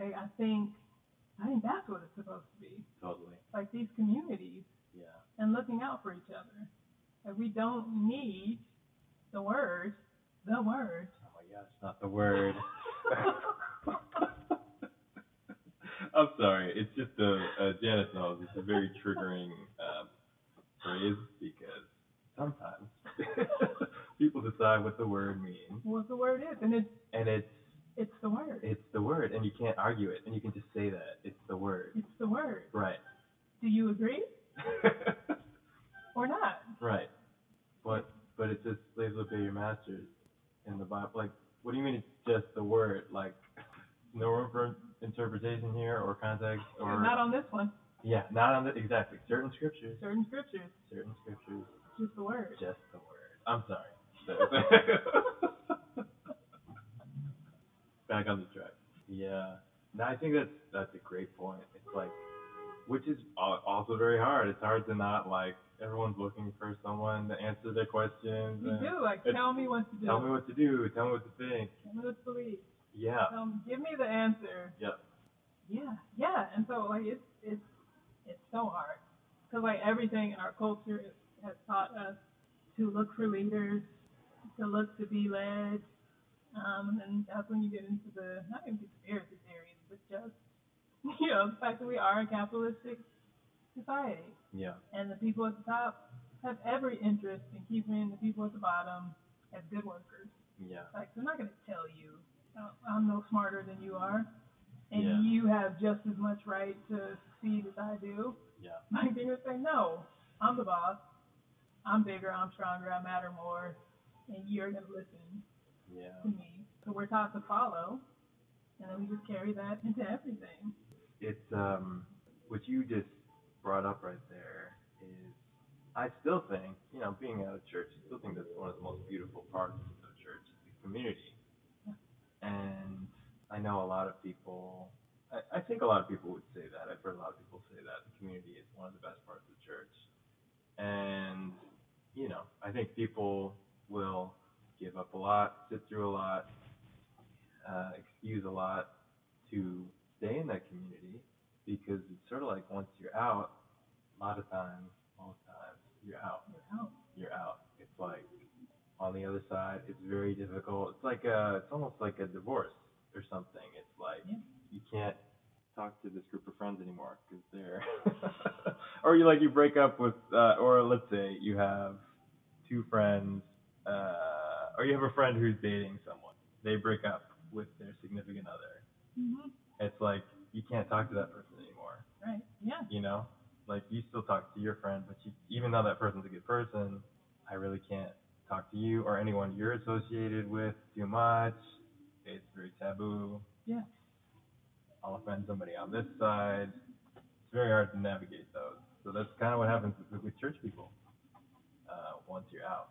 Like, I think I think that's what it's supposed to be. Totally. Like these communities Yeah. and looking out for each other. Like we don't need the word, the word. Oh my gosh, not the word. I'm sorry. It's just a, a Janice knows it's a very triggering um, phrase because sometimes people decide what the word means, what the word is, and it's and it's it's the word. it's the word, and you can't argue it, and you can just say that it's the word, It's the word. right? Do you agree or not? right. But but it just slaves obey your masters in the Bible. Like, what do you mean it's just the word? Like, no room for interpretation here or context or not on this one. Yeah, not on the exactly certain scriptures. Certain scriptures, Certain scriptures, just the word. just the word. I'm sorry. Back on the track. Yeah. No, I think that's that's a great point. It's like, which is al- also very hard. It's hard to not like everyone's looking for someone to answer their questions. You and do like uh, It's- tell me what to do. Tell me what to do. Tell me what to think. Tell me what to believe. Yeah. Tell me, give me the answer. Yeah. Yeah, yeah. And so like it's it's it's so hard because like everything in our culture is, has taught us to look for leaders, to look to be led, um, and that's when you get into the not even conspiracy theories, but just you know the fact that we are a capitalistic society Yeah. and the people at the top have every interest in keeping the people at the bottom as good workers. Yeah. Like, I'm not going to tell you. uh, I'm no smarter than you are. And Yeah. you have just as much right to succeed as I do. Yeah. Like, they would say, no, I'm the boss. I'm bigger, I'm stronger, I matter more. And you're going to listen to Yeah. me. So we're taught to follow. And then we just carry that into everything. It's um what you just brought up right there is I still think, you know, being out of church, I still think that's one of the most beautiful parts of church is the community. And I know a lot of people I, I think a lot of people would say that. I've heard a lot of people say that the community is one of the best parts of church. And you know, I think people will give up a lot, sit through a lot, uh, excuse a lot to stay in that community because it's sort of like once you're out, a lot of times, most times, you're out. You know? You're out. It's like on the other side, it's very difficult. It's like a, it's almost like a divorce or something. It's like Yeah. you can't talk to this group of friends anymore because they're, or you like you break up with, uh, or let's say you have two friends, uh, or you have a friend who's dating someone. They break up with their significant other hmm it's like you can't talk to that person anymore. Right. Yeah. You know, like you still talk to your friend, but you, even though that person's a good person, I really can't talk to you or anyone you're associated with too much. It's very taboo. Yeah. I'll offend somebody on this side. It's very hard to navigate those. So that's kind of what happens with, with church people. Uh, once you're out.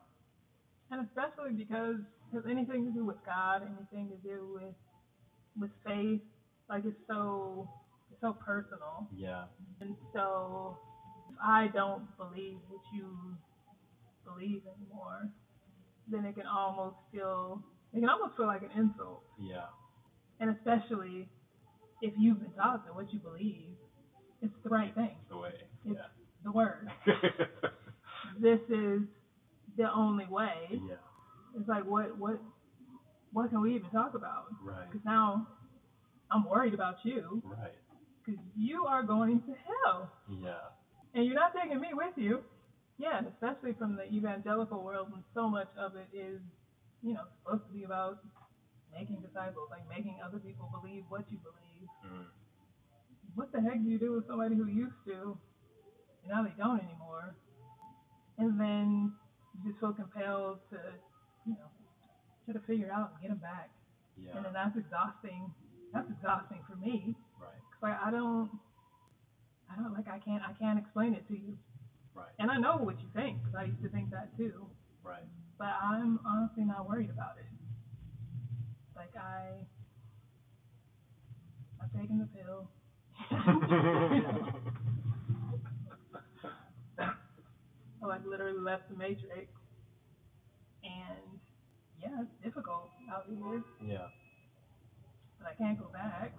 and especially because has anything to do with God, anything to do with with faith, like it's so it's so personal, Yeah. and so if I don't believe what you believe anymore, then it can almost feel it can almost feel like an insult, Yeah. and especially if you've been taught that what you believe it's the right thing, The way. It's- Yeah. the word. This is the only way. yeah. It's like what what what can we even talk about? Right. Because now I'm worried about you Right. because you are going to hell Yeah. and you're not taking me with you. Yeah, and especially from the evangelical world when so much of it is, you know, supposed to be about making disciples, like making other people believe what you believe. Mm. What the heck do you do with somebody who used to and now they don't anymore? And then you just feel compelled to, you know, try to figure out and get them back. Yeah. and then that's exhausting. That's exhausting for me. Right. 'Cause, Like I don't, I don't like I can't I can't explain it to you. Right. And I know what you think 'cause I used to think that too. Right. But I'm honestly not worried about it. Like I, I've taken the pill. I like literally left the matrix, and yeah, it's difficult out here. yeah. but I can't go back.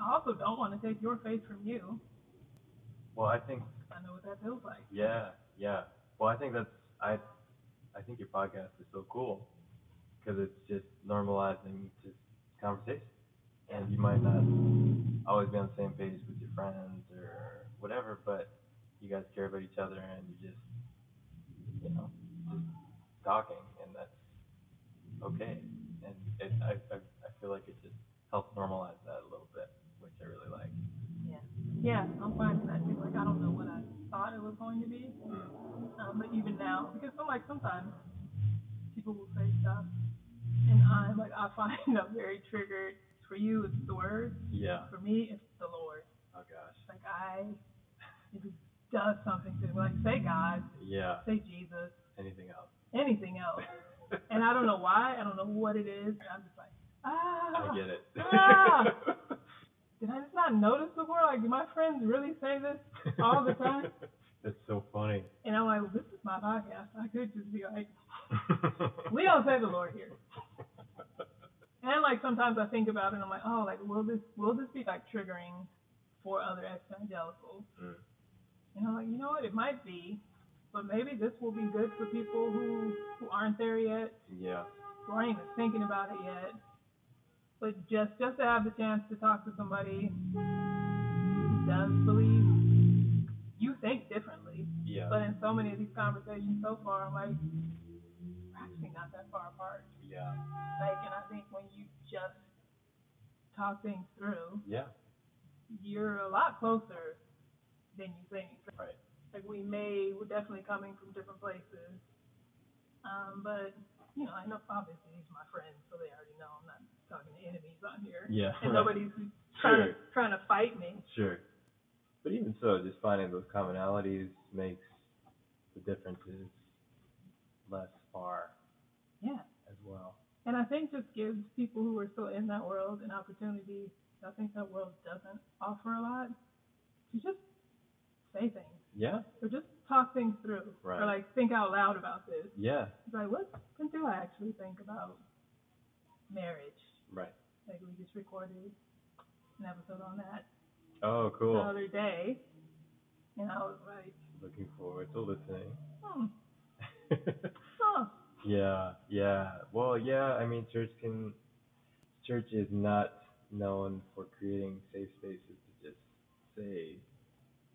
I also don't want to take your faith from you. Well, I think I know what that feels like. yeah, yeah. Well, I think that's I. I think your podcast is so cool because it's just normalizing just conversation, and you might not always be on the same page with your friends or whatever, but you guys care about each other and you just you know just talking, and that's okay. And it, I, I I feel like it just helps normalize that a little bit, which I really like. Yeah, I'm finding that too. Like I don't know what I thought it was going to be, um, but even now, because some like sometimes people will say stuff, and I'm like I find I'm very triggered. For you, it's the word. Yeah. For me, it's the Lord. Oh gosh. Like I, if it does something to me, like say God, Yeah. say Jesus, Anything else? anything else, and I don't know why, I don't know what it is, and I'm just like ah. I get it. Ah! Did I just not notice before? Like, do my friends really say this? All the time? That's so funny. And I'm like, well, this is my podcast. I could just be like, we don't say the Lord here. And then, like, sometimes I think about it and I'm like, oh, like, will this will this be, like, triggering for other evangelicals? Mm. And I'm like, you know what? It might be, but maybe this will be good for people who, who aren't there yet, Yeah. who aren't even thinking about it yet. But just, just to have the chance to talk to somebody who does believe you think differently. Yeah. But in so many of these conversations so far, I'm like, actually not that far apart. Yeah. Like, and I think when you just talk things through, Yeah. you're a lot closer than you think. Right. Like we may, we're definitely coming from different places. Um, but you know, I know obviously these are my friends, so they already know I'm not talking to enemies on here, Yeah. and right. nobody's trying to Sure. trying to fight me. Sure. But even so, just finding those commonalities makes the differences less far Yeah, as well. and I think just gives people who are still in that world an opportunity. I think that world doesn't offer a lot to just say things Yeah. or just talk things through Right. or like think out loud about this. Yeah. It's like, what do I actually think about marriage? Right. Like, we just recorded an episode on that Oh, the cool. other day, and I was like, Looking forward to listening. hmm, huh, yeah. Yeah. Well, yeah. I mean, church can. Church is not known for creating safe spaces to just say,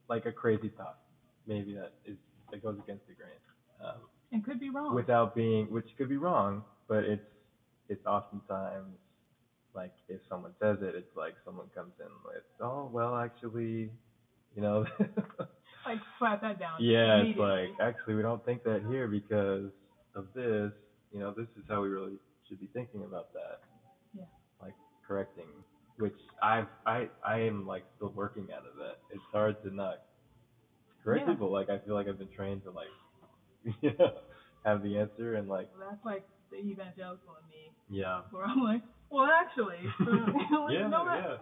like a crazy thought. Maybe that is that goes against the grain. Um, and could be wrong. without being which could be wrong but it's it's oftentimes like if someone says it it's like someone comes in with oh well actually you know like, slap that down. yeah it's immediately. like actually we don't think that here because of this you know this is how we really should be thinking about that Yeah. like correcting which i've i i am like still working out of that it's hard to not correct Yeah. people like i feel like i've been trained to like you know have the answer and like That's like the evangelical in me, yeah. where I'm like, well, actually, like, yeah, you know what? yeah.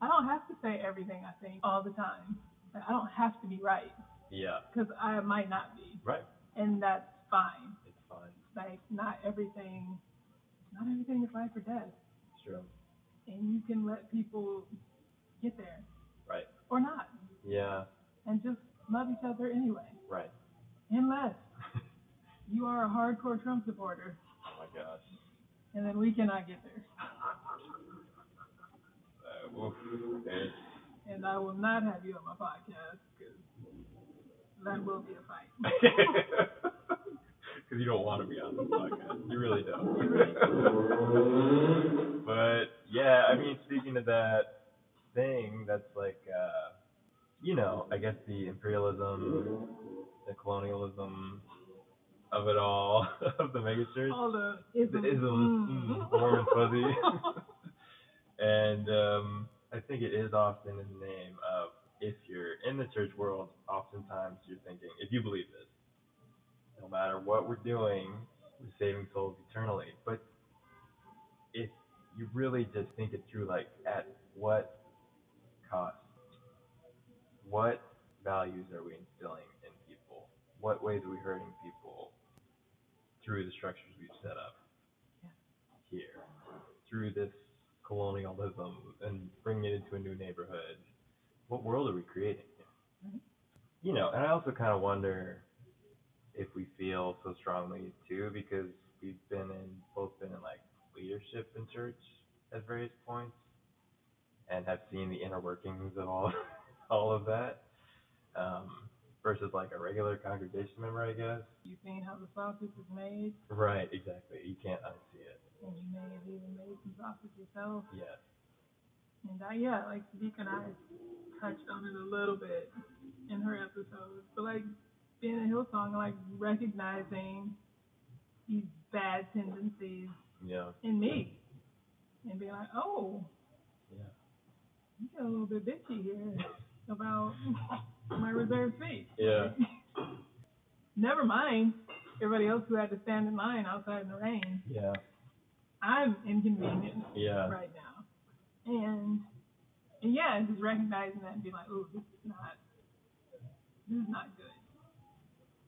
I don't have to say everything I think all the time. Like, I don't have to be right, Yeah. because I might not be, Right. and that's fine. It's fine. like not everything not everything is life or death It's true. and you can let people get there Right. or not Yeah. and just love each other anyway Right. unless you are a hardcore trump supporter Oh my gosh. and then we cannot get there Uh, woof. There's- and i will not have you on my podcast because that will be a fight Because you don't want to be on this podcast. You really don't. but yeah, I mean, speaking of that thing, that's like, uh, you know, I guess the imperialism, the colonialism of it all, of the megachurch. all the the isms, Mm-hmm. isms, mm, warm and fuzzy. and um, I think it is often in the name of if you're in the church world, oftentimes you're thinking, if you believe this, no matter what we're doing, we're saving souls eternally. But if you really just think it through, like at what cost? What values are we instilling in people? What ways are we hurting people through the structures we've set up here? Through this colonialism and bringing it into a new neighborhood? What world are we creating? here? Right. You know, and I also kind of wonder if we feel so strongly too because we've been in both been in like leadership in church at various points and have seen the inner workings of all all of that um, versus like a regular congregation member, I guess. you've seen how the sausage is made Right, exactly. You can't unsee it. and you may have even made some sausage yourself Yes. And I, yeah, like Deacon and I touched on it a little bit in her episode, but like being a Hillsong, like recognizing these bad tendencies Yeah. in me and being like, oh, Yeah. you got a little bit bitchy here about my reserved seat. Yeah. Never mind everybody else who had to stand in line outside in the rain. Yeah. I'm inconvenienced Yeah. right now. And and yeah, and just recognizing that and being like, ooh, this is not this is not good.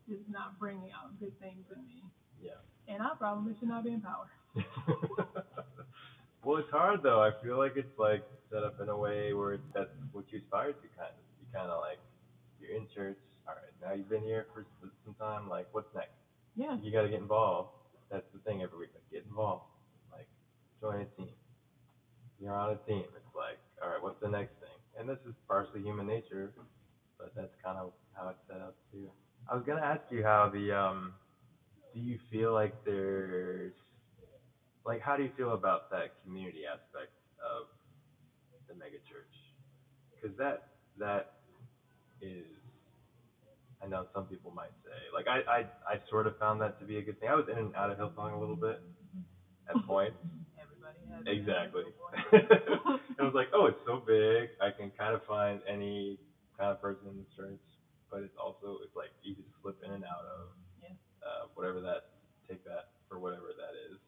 This is not bringing out good things in me. Yeah. And I probably should not be in power. well, it's hard though. I feel like it's like set up in a way where it's, that's what you aspire to kind of. You kind of like you're in church. All right, now you've been here for s- some time. Like, what's next? Yeah, You got to get involved. That's the thing every week. Like, get involved. Like, join a team. You're on a team. It's like, all right, what's the next thing? And this is partially human nature, but that's kind of how it's set up too. I was gonna ask you how the um do you feel like there's like how do you feel about that community aspect of the megachurch? Because that that is I know some people might say like I, I I sort of found that to be a good thing. I was in and out of Hillsong a little bit at points. Everybody has their Exactly. own little boy. it was like, oh, it's so big. I can kind of find any kind of person in the church, but it's also it's like easy to slip in and out of. Yeah. Uh, whatever that, take that for whatever that is.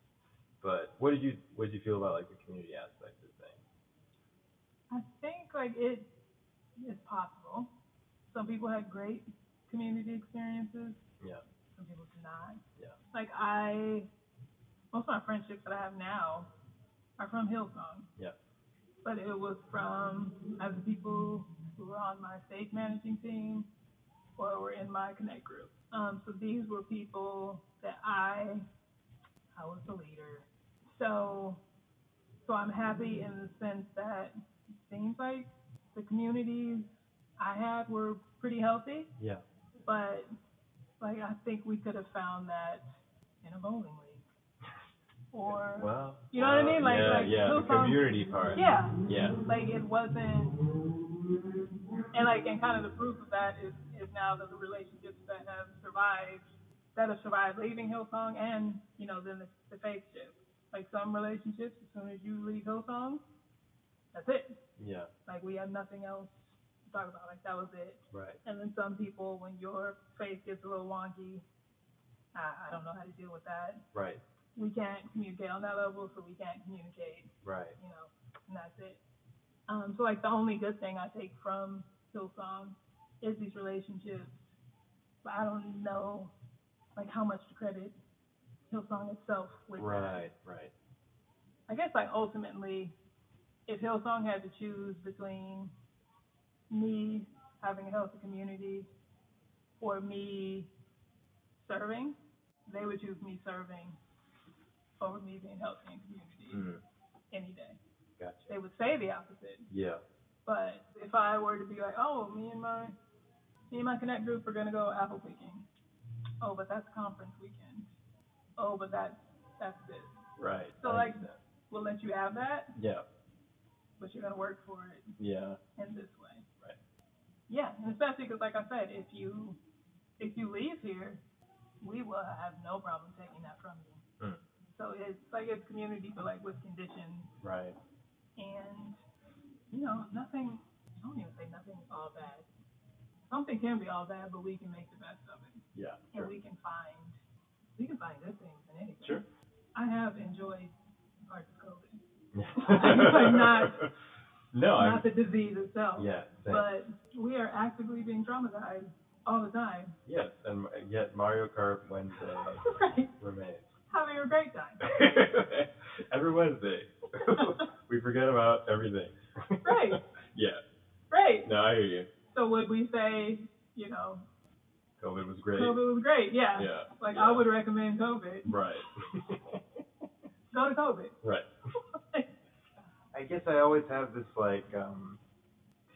But what did you what did you feel about like the community aspect of things? I think like it is possible. Some people have great community experiences. Yeah. Some people do not. Yeah. Like I, most of my friendships that I have now are from Hillsong. Yeah. But it was from either people who were on my stage managing team or were in my connect group. Um, so these were people that I, I was the leader. So, so I'm happy in the sense that it seems like the communities I had were pretty healthy, Yeah. but like I think we could have found that in a bowling league or well, You know what I well, mean? Like- yeah, like yeah, the Hillsong- community part. yeah, Yeah. like it wasn't. And like and kind of the proof of that is is now that the relationships that have survived that have survived leaving Hillsong and you know then the, the faith shift. Like some relationships, as soon as you leave Hillsong, that's it. Yeah. Like we have nothing else to talk about. Like that was it. Right. And then some people, when your faith gets a little wonky, I, I don't know how to deal with that. Right. We can't communicate on that level, so we can't communicate. Right. You know, and that's it. Um, so like the only good thing I take from Hillsong is these relationships, but I don't know like how much to credit Hillsong itself with that. Right. Right. I guess like ultimately, if Hillsong had to choose between me having a healthy community or me serving, they would choose me serving over me being healthy in community Mm. any day. Gotcha. They would say the opposite, Yeah. but if I were to be like, oh, me and my me and my connect group are gonna go apple picking. Oh, but that's conference weekend. Oh, but that's that's this. Right. So, I like- understand. We'll let you have that, Yeah. but you're gonna work for it. Yeah. in this way. Right. Yeah, and especially because, like I said, if you if you leave here, we will have no problem taking that from you. Mm. So it's like it's community, but like with conditions Right. and you know nothing. I don't even say nothing is all bad. Something can be all bad, but we can make the best of it, Yeah. and Sure. we can find we can find good things in anything. Sure. I have enjoyed parts of COVID, I'm not- No, I'm. not the disease itself, Oh, Yeah. Same. but we are actively being traumatized all the time. Yes, and yet Mario Kart Wednesday right. remains. Having a great time. Every Wednesday, we forget about everything. Right. yeah. Great. No, I hear you. So would we say, you know, COVID was great. COVID was great? Yeah. Yeah. Like yeah. I would recommend COVID. Right. Go to COVID. right. I guess I always have this like, um,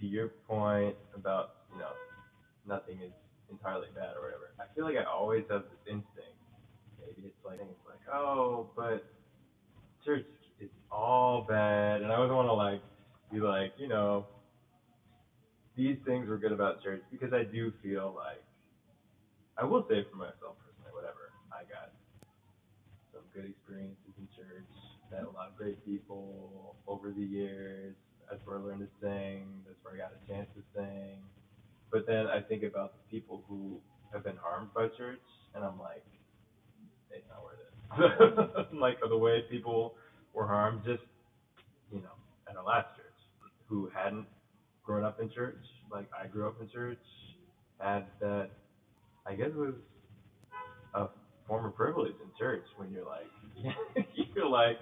to your point about you know, nothing is entirely bad or whatever. I feel like I always have this instinct. Maybe it's like it's like oh, but church is all bad, and I always want to like be like you know, these things were good about church because I do feel like I will say for myself personally, whatever I got some good experiences in church. Met a lot of great people over the years. That's where I learned to sing. That's where I got a chance to sing. But then I think about the people who have been harmed by church, and I'm like, it's not worth it. like the way people were harmed, just you know, at our last church, who hadn't grown up in church, like I grew up in church, had that, I guess it was a form of privilege in church when you're like you're like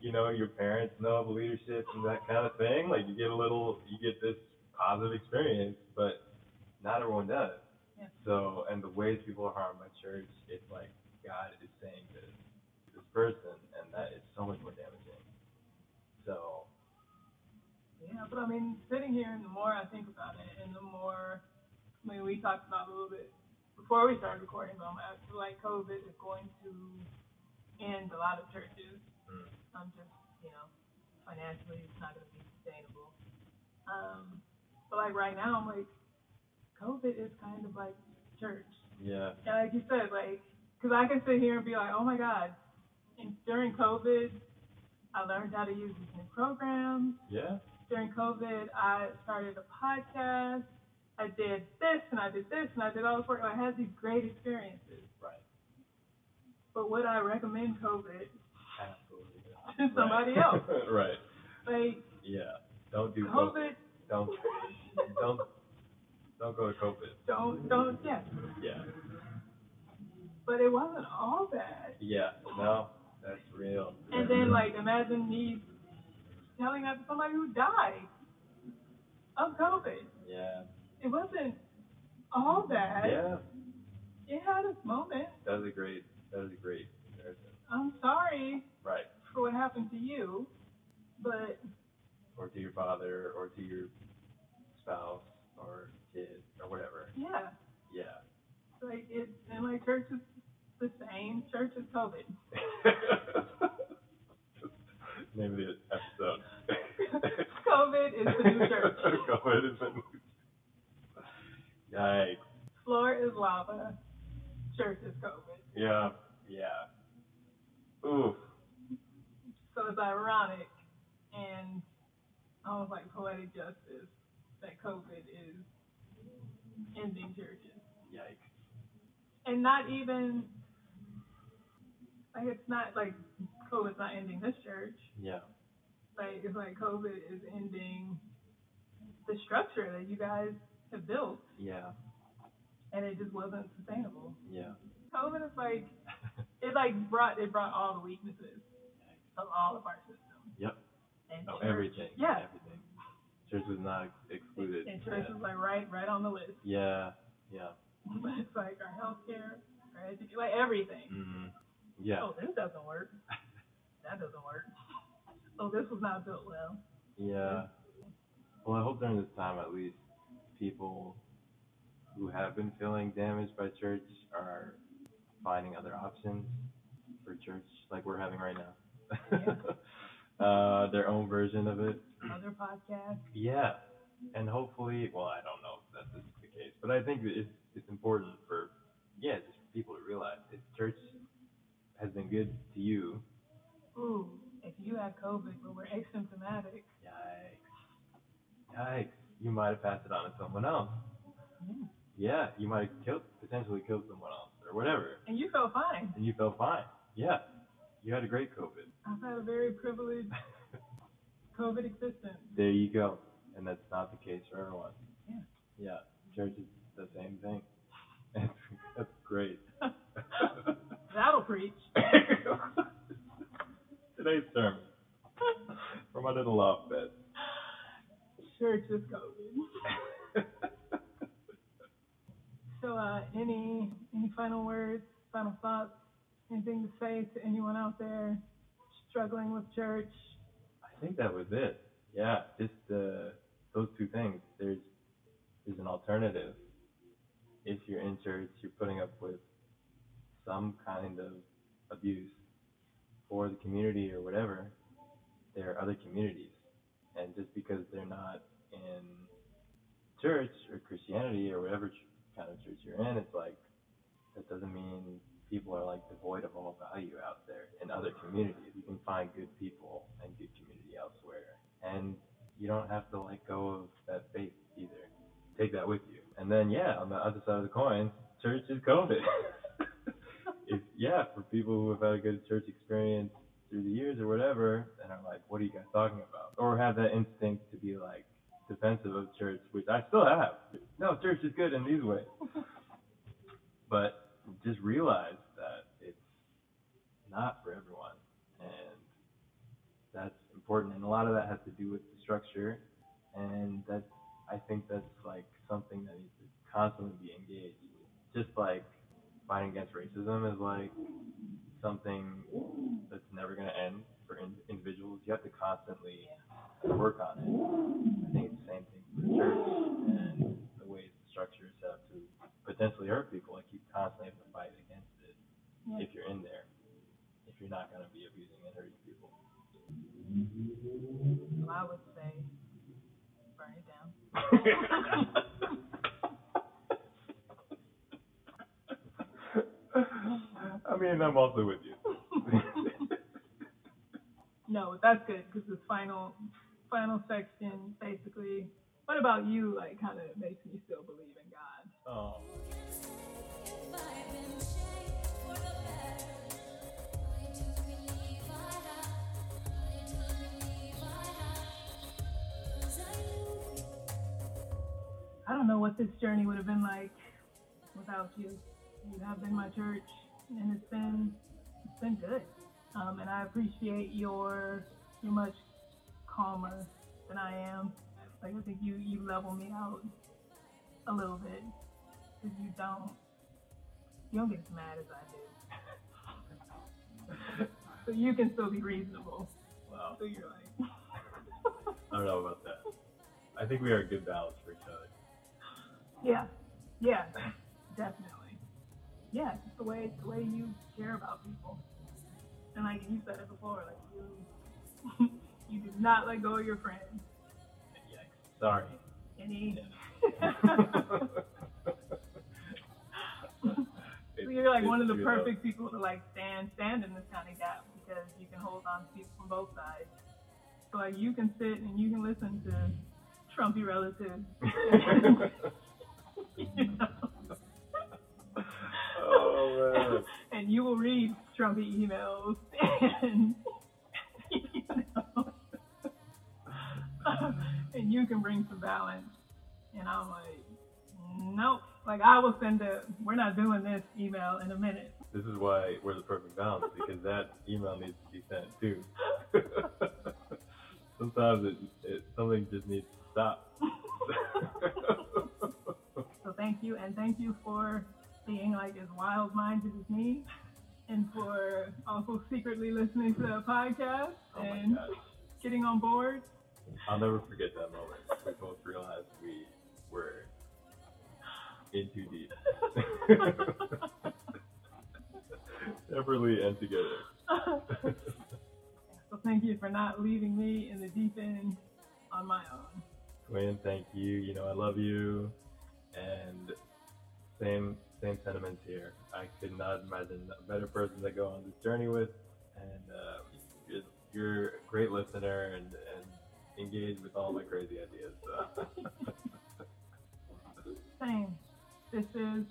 you know your parents know the leadership and that kind of thing like you get a little you get this positive experience but not everyone does Yeah. so and the ways people are harmed by church it's like god is saying to this person and that is so much more damaging so Yeah, but I mean, sitting here, and the more I think about it, and the more, I mean, we talked about it a little bit before we started recording them, I feel like COVID is going to end a lot of churches. Mm. Um, just you know, financially, it's not going to be sustainable. Um, but like right now, I'm like, COVID is kind of like church. Yeah. And like you said, like, because I can sit here and be like, oh my God, and during COVID, I learned how to use these new programs. Yeah. During COVID, I started a podcast. I did this and I did this and I did all this work. I had these great experiences. Right. But would I recommend COVID Absolutely. to somebody else? right. Like, Yeah. Don't do COVID. COVID, Don't don't don't go to COVID. don't, don't, yeah. Yeah. But it wasn't all bad. Yeah. No. That's real. And then, like, imagine me telling that to somebody who died of COVID. Yeah. It wasn't all bad. Yeah. It had its moment. That was a great. That was a great comparison. I'm sorry Right. for what happened to you, but Or to your father, or to your spouse, or kid, or whatever. yeah, Yeah. like it. And like church is the same. Church is COVID. Name of the episode. COVID is the new church. COVID is the new church. Yikes. Floor is lava. Church is COVID. Yeah. Yeah. Oof. So it's ironic and almost like poetic justice that COVID is ending churches. Yikes. and not even like it's not like COVID's not ending this church. Yeah. Like it's like COVID is ending the structure that you guys have built, Yeah. and it just wasn't sustainable. Yeah. COVID is like it like brought it brought all the weaknesses of all of our systems. Yep. And Oh, church- everything. Yeah. Everything. Church was not excluded. And church is like right right on the list. Yeah. Yeah. But it's like our healthcare, our education, like everything. hmm Yeah. Oh, this doesn't work. That doesn't work. Oh, this was not built well. Yeah. Well, I hope during this time, at least, people who have been feeling damaged by church are finding other options for church, like we're having right now. uh, their own version of it. other podcasts. Yeah, and hopefully, well, I don't know if that this is the case, but I think that it's it's important for yeah, just for people to realize if church has been good to you. Ooh, if you had COVID but were asymptomatic, Yikes! Yikes! You might have passed it on to someone else. Yeah, you might have killed potentially killed someone else or whatever, and you felt fine. and you felt fine. Yeah, you had a great COVID. I've had a very privileged COVID existence. There you go, and that's not the case for everyone. Yeah. Yeah, church is the same thing. that's great. That'll preach. Today's sermon from my little loft bed. Church is COVID. So, uh, any any final words, final thoughts, anything to say to anyone out there struggling with church? I think that was it. Yeah, just uh, those two things. There's there's an alternative. If you're in church, you're putting up with some kind of abuse for the community or whatever. There are other communities, and just because they're not in church or Christianity or whatever ch- kind of church you're in, it's like that doesn't mean people are like devoid of all value out there in other communities. You can find good people and good community elsewhere. And you don't have to let go of that faith either. Take that with you. And then, yeah, on the other side of the coin, church is COVID. if, yeah, for people who have had a good church experience through the years or whatever, and are like, what are you guys talking about? Or have that instinct to be like defensive of church, which I still have. No, church is good in these ways. But just realize that it's not for everyone, and that's important. And a lot of that has to do with the structure, and that's I think that's like something that needs to constantly be engaged. with. Just like fighting against racism is like something that's never going to end for in- individuals. You have to constantly work on it. I think it's the same thing for the church and the ways the structures have to potentially hurt people, like you Yeah. if you're in there, if you're not going to be abusing and hurting people. So I would say burn it down. I mean, I'm also with you. No, that's good because this final final section basically. What about you? Like, kind of makes me still believe in God. Oh, I don't know what this journey would have been like without you. You have been my church, and it's been it's been good. Um, and I appreciate your you're much calmer than I am. Like I think you you level me out a little bit because you don't you don't get as mad as I do. so you can still be reasonable. wow. So you're like, I don't know about that. I think we are a good balance for each other. yeah, yeah, definitely. Yeah, just the way the way you care about people. And like you said it before, like you you do not let go of your friends. Yikes. Sorry. Any so It's- you're like it's one of the true, perfect people to like stand stand in this kind of gap because you can hold on to people from both sides. So like you can sit and you can listen to Trumpy relatives. you know? though. Oh man. and you will read Trumpy emails and you know, and you can bring some balance. And I'm like, nope. Like I will send a we're not doing this email in a minute. This is why we're the perfect balance because that email needs to be sent too. Sometimes it, it something just needs to stop. So thank you and thank you for being like as wild minded as me and for also secretly listening to the podcast oh my and gosh. getting on board. I'll never forget that moment. We both realized we were in too deep. Separately and together. So thank you for not leaving me in the deep end on my own. Quinn, thank you. You know I love you, and same same sentiments here. I could not imagine a better person to go on this journey with, and uh, you're, you're a great listener and and engaged with all my crazy ideas. So. Same. This is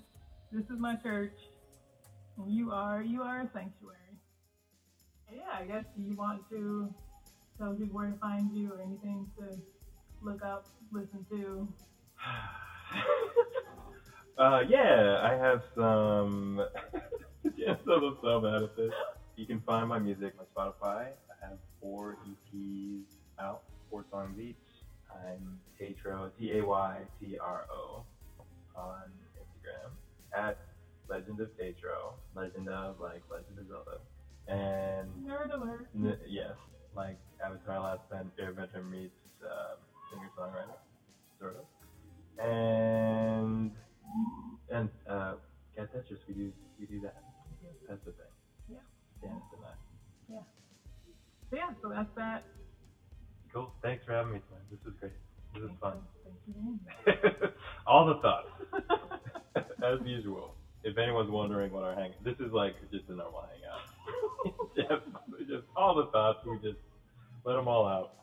this is my church. And you are you are a sanctuary. And yeah, I guess do you want to tell people where to find you or anything to look up, listen to. Uh, yeah, I have some. yeah, some of some out of this. You can find my music on Spotify. I have four EPs out, four songs each. I'm Tatro, T A Y T R O, on Instagram at Legend of Tatro, Legend of like Legend of Zelda, and Nerd alert. N- yes, like Avatar: Last Stand, Airbender meets uh, singer-songwriter, sort of. And and uh, Cat Tetris, we do we do that. Yeah. That's the thing. Yeah. Dennis and I. So yeah, so that's that. Cool. Thanks for having me tonight. This was great. This was fun. Thank you. Thank you. All the thoughts, as usual. If anyone's wondering what our hang, this is like just a normal hangout. just, just all the thoughts. We just let them all out.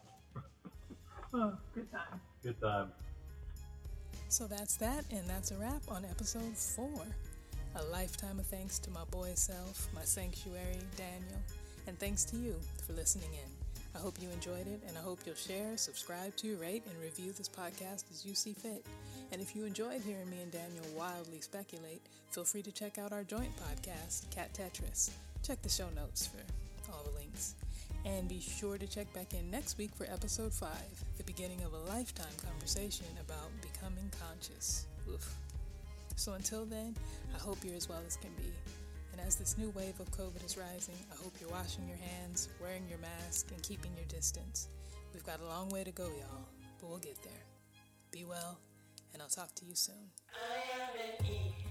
Oh, good time. Good time. So that's that, and that's a wrap on episode four. A lifetime of thanks to my boy self, my sanctuary, Daniel, and thanks to you for listening in. I hope you enjoyed it, and I hope you'll share, subscribe to, rate, and review this podcast as you see fit. And if you enjoyed hearing me and Daniel wildly speculate, feel free to check out our joint podcast, Cat Tetris. Check the show notes for all the links. And be sure to check back in next week for episode 5, the beginning of a lifetime conversation about becoming conscious. Oof. So until then, I hope you're as well as can be. And as this new wave of COVID is rising, I hope you're washing your hands, wearing your mask, and keeping your distance. We've got a long way to go, y'all, but we'll get there. Be well, and I'll talk to you soon. I am an E.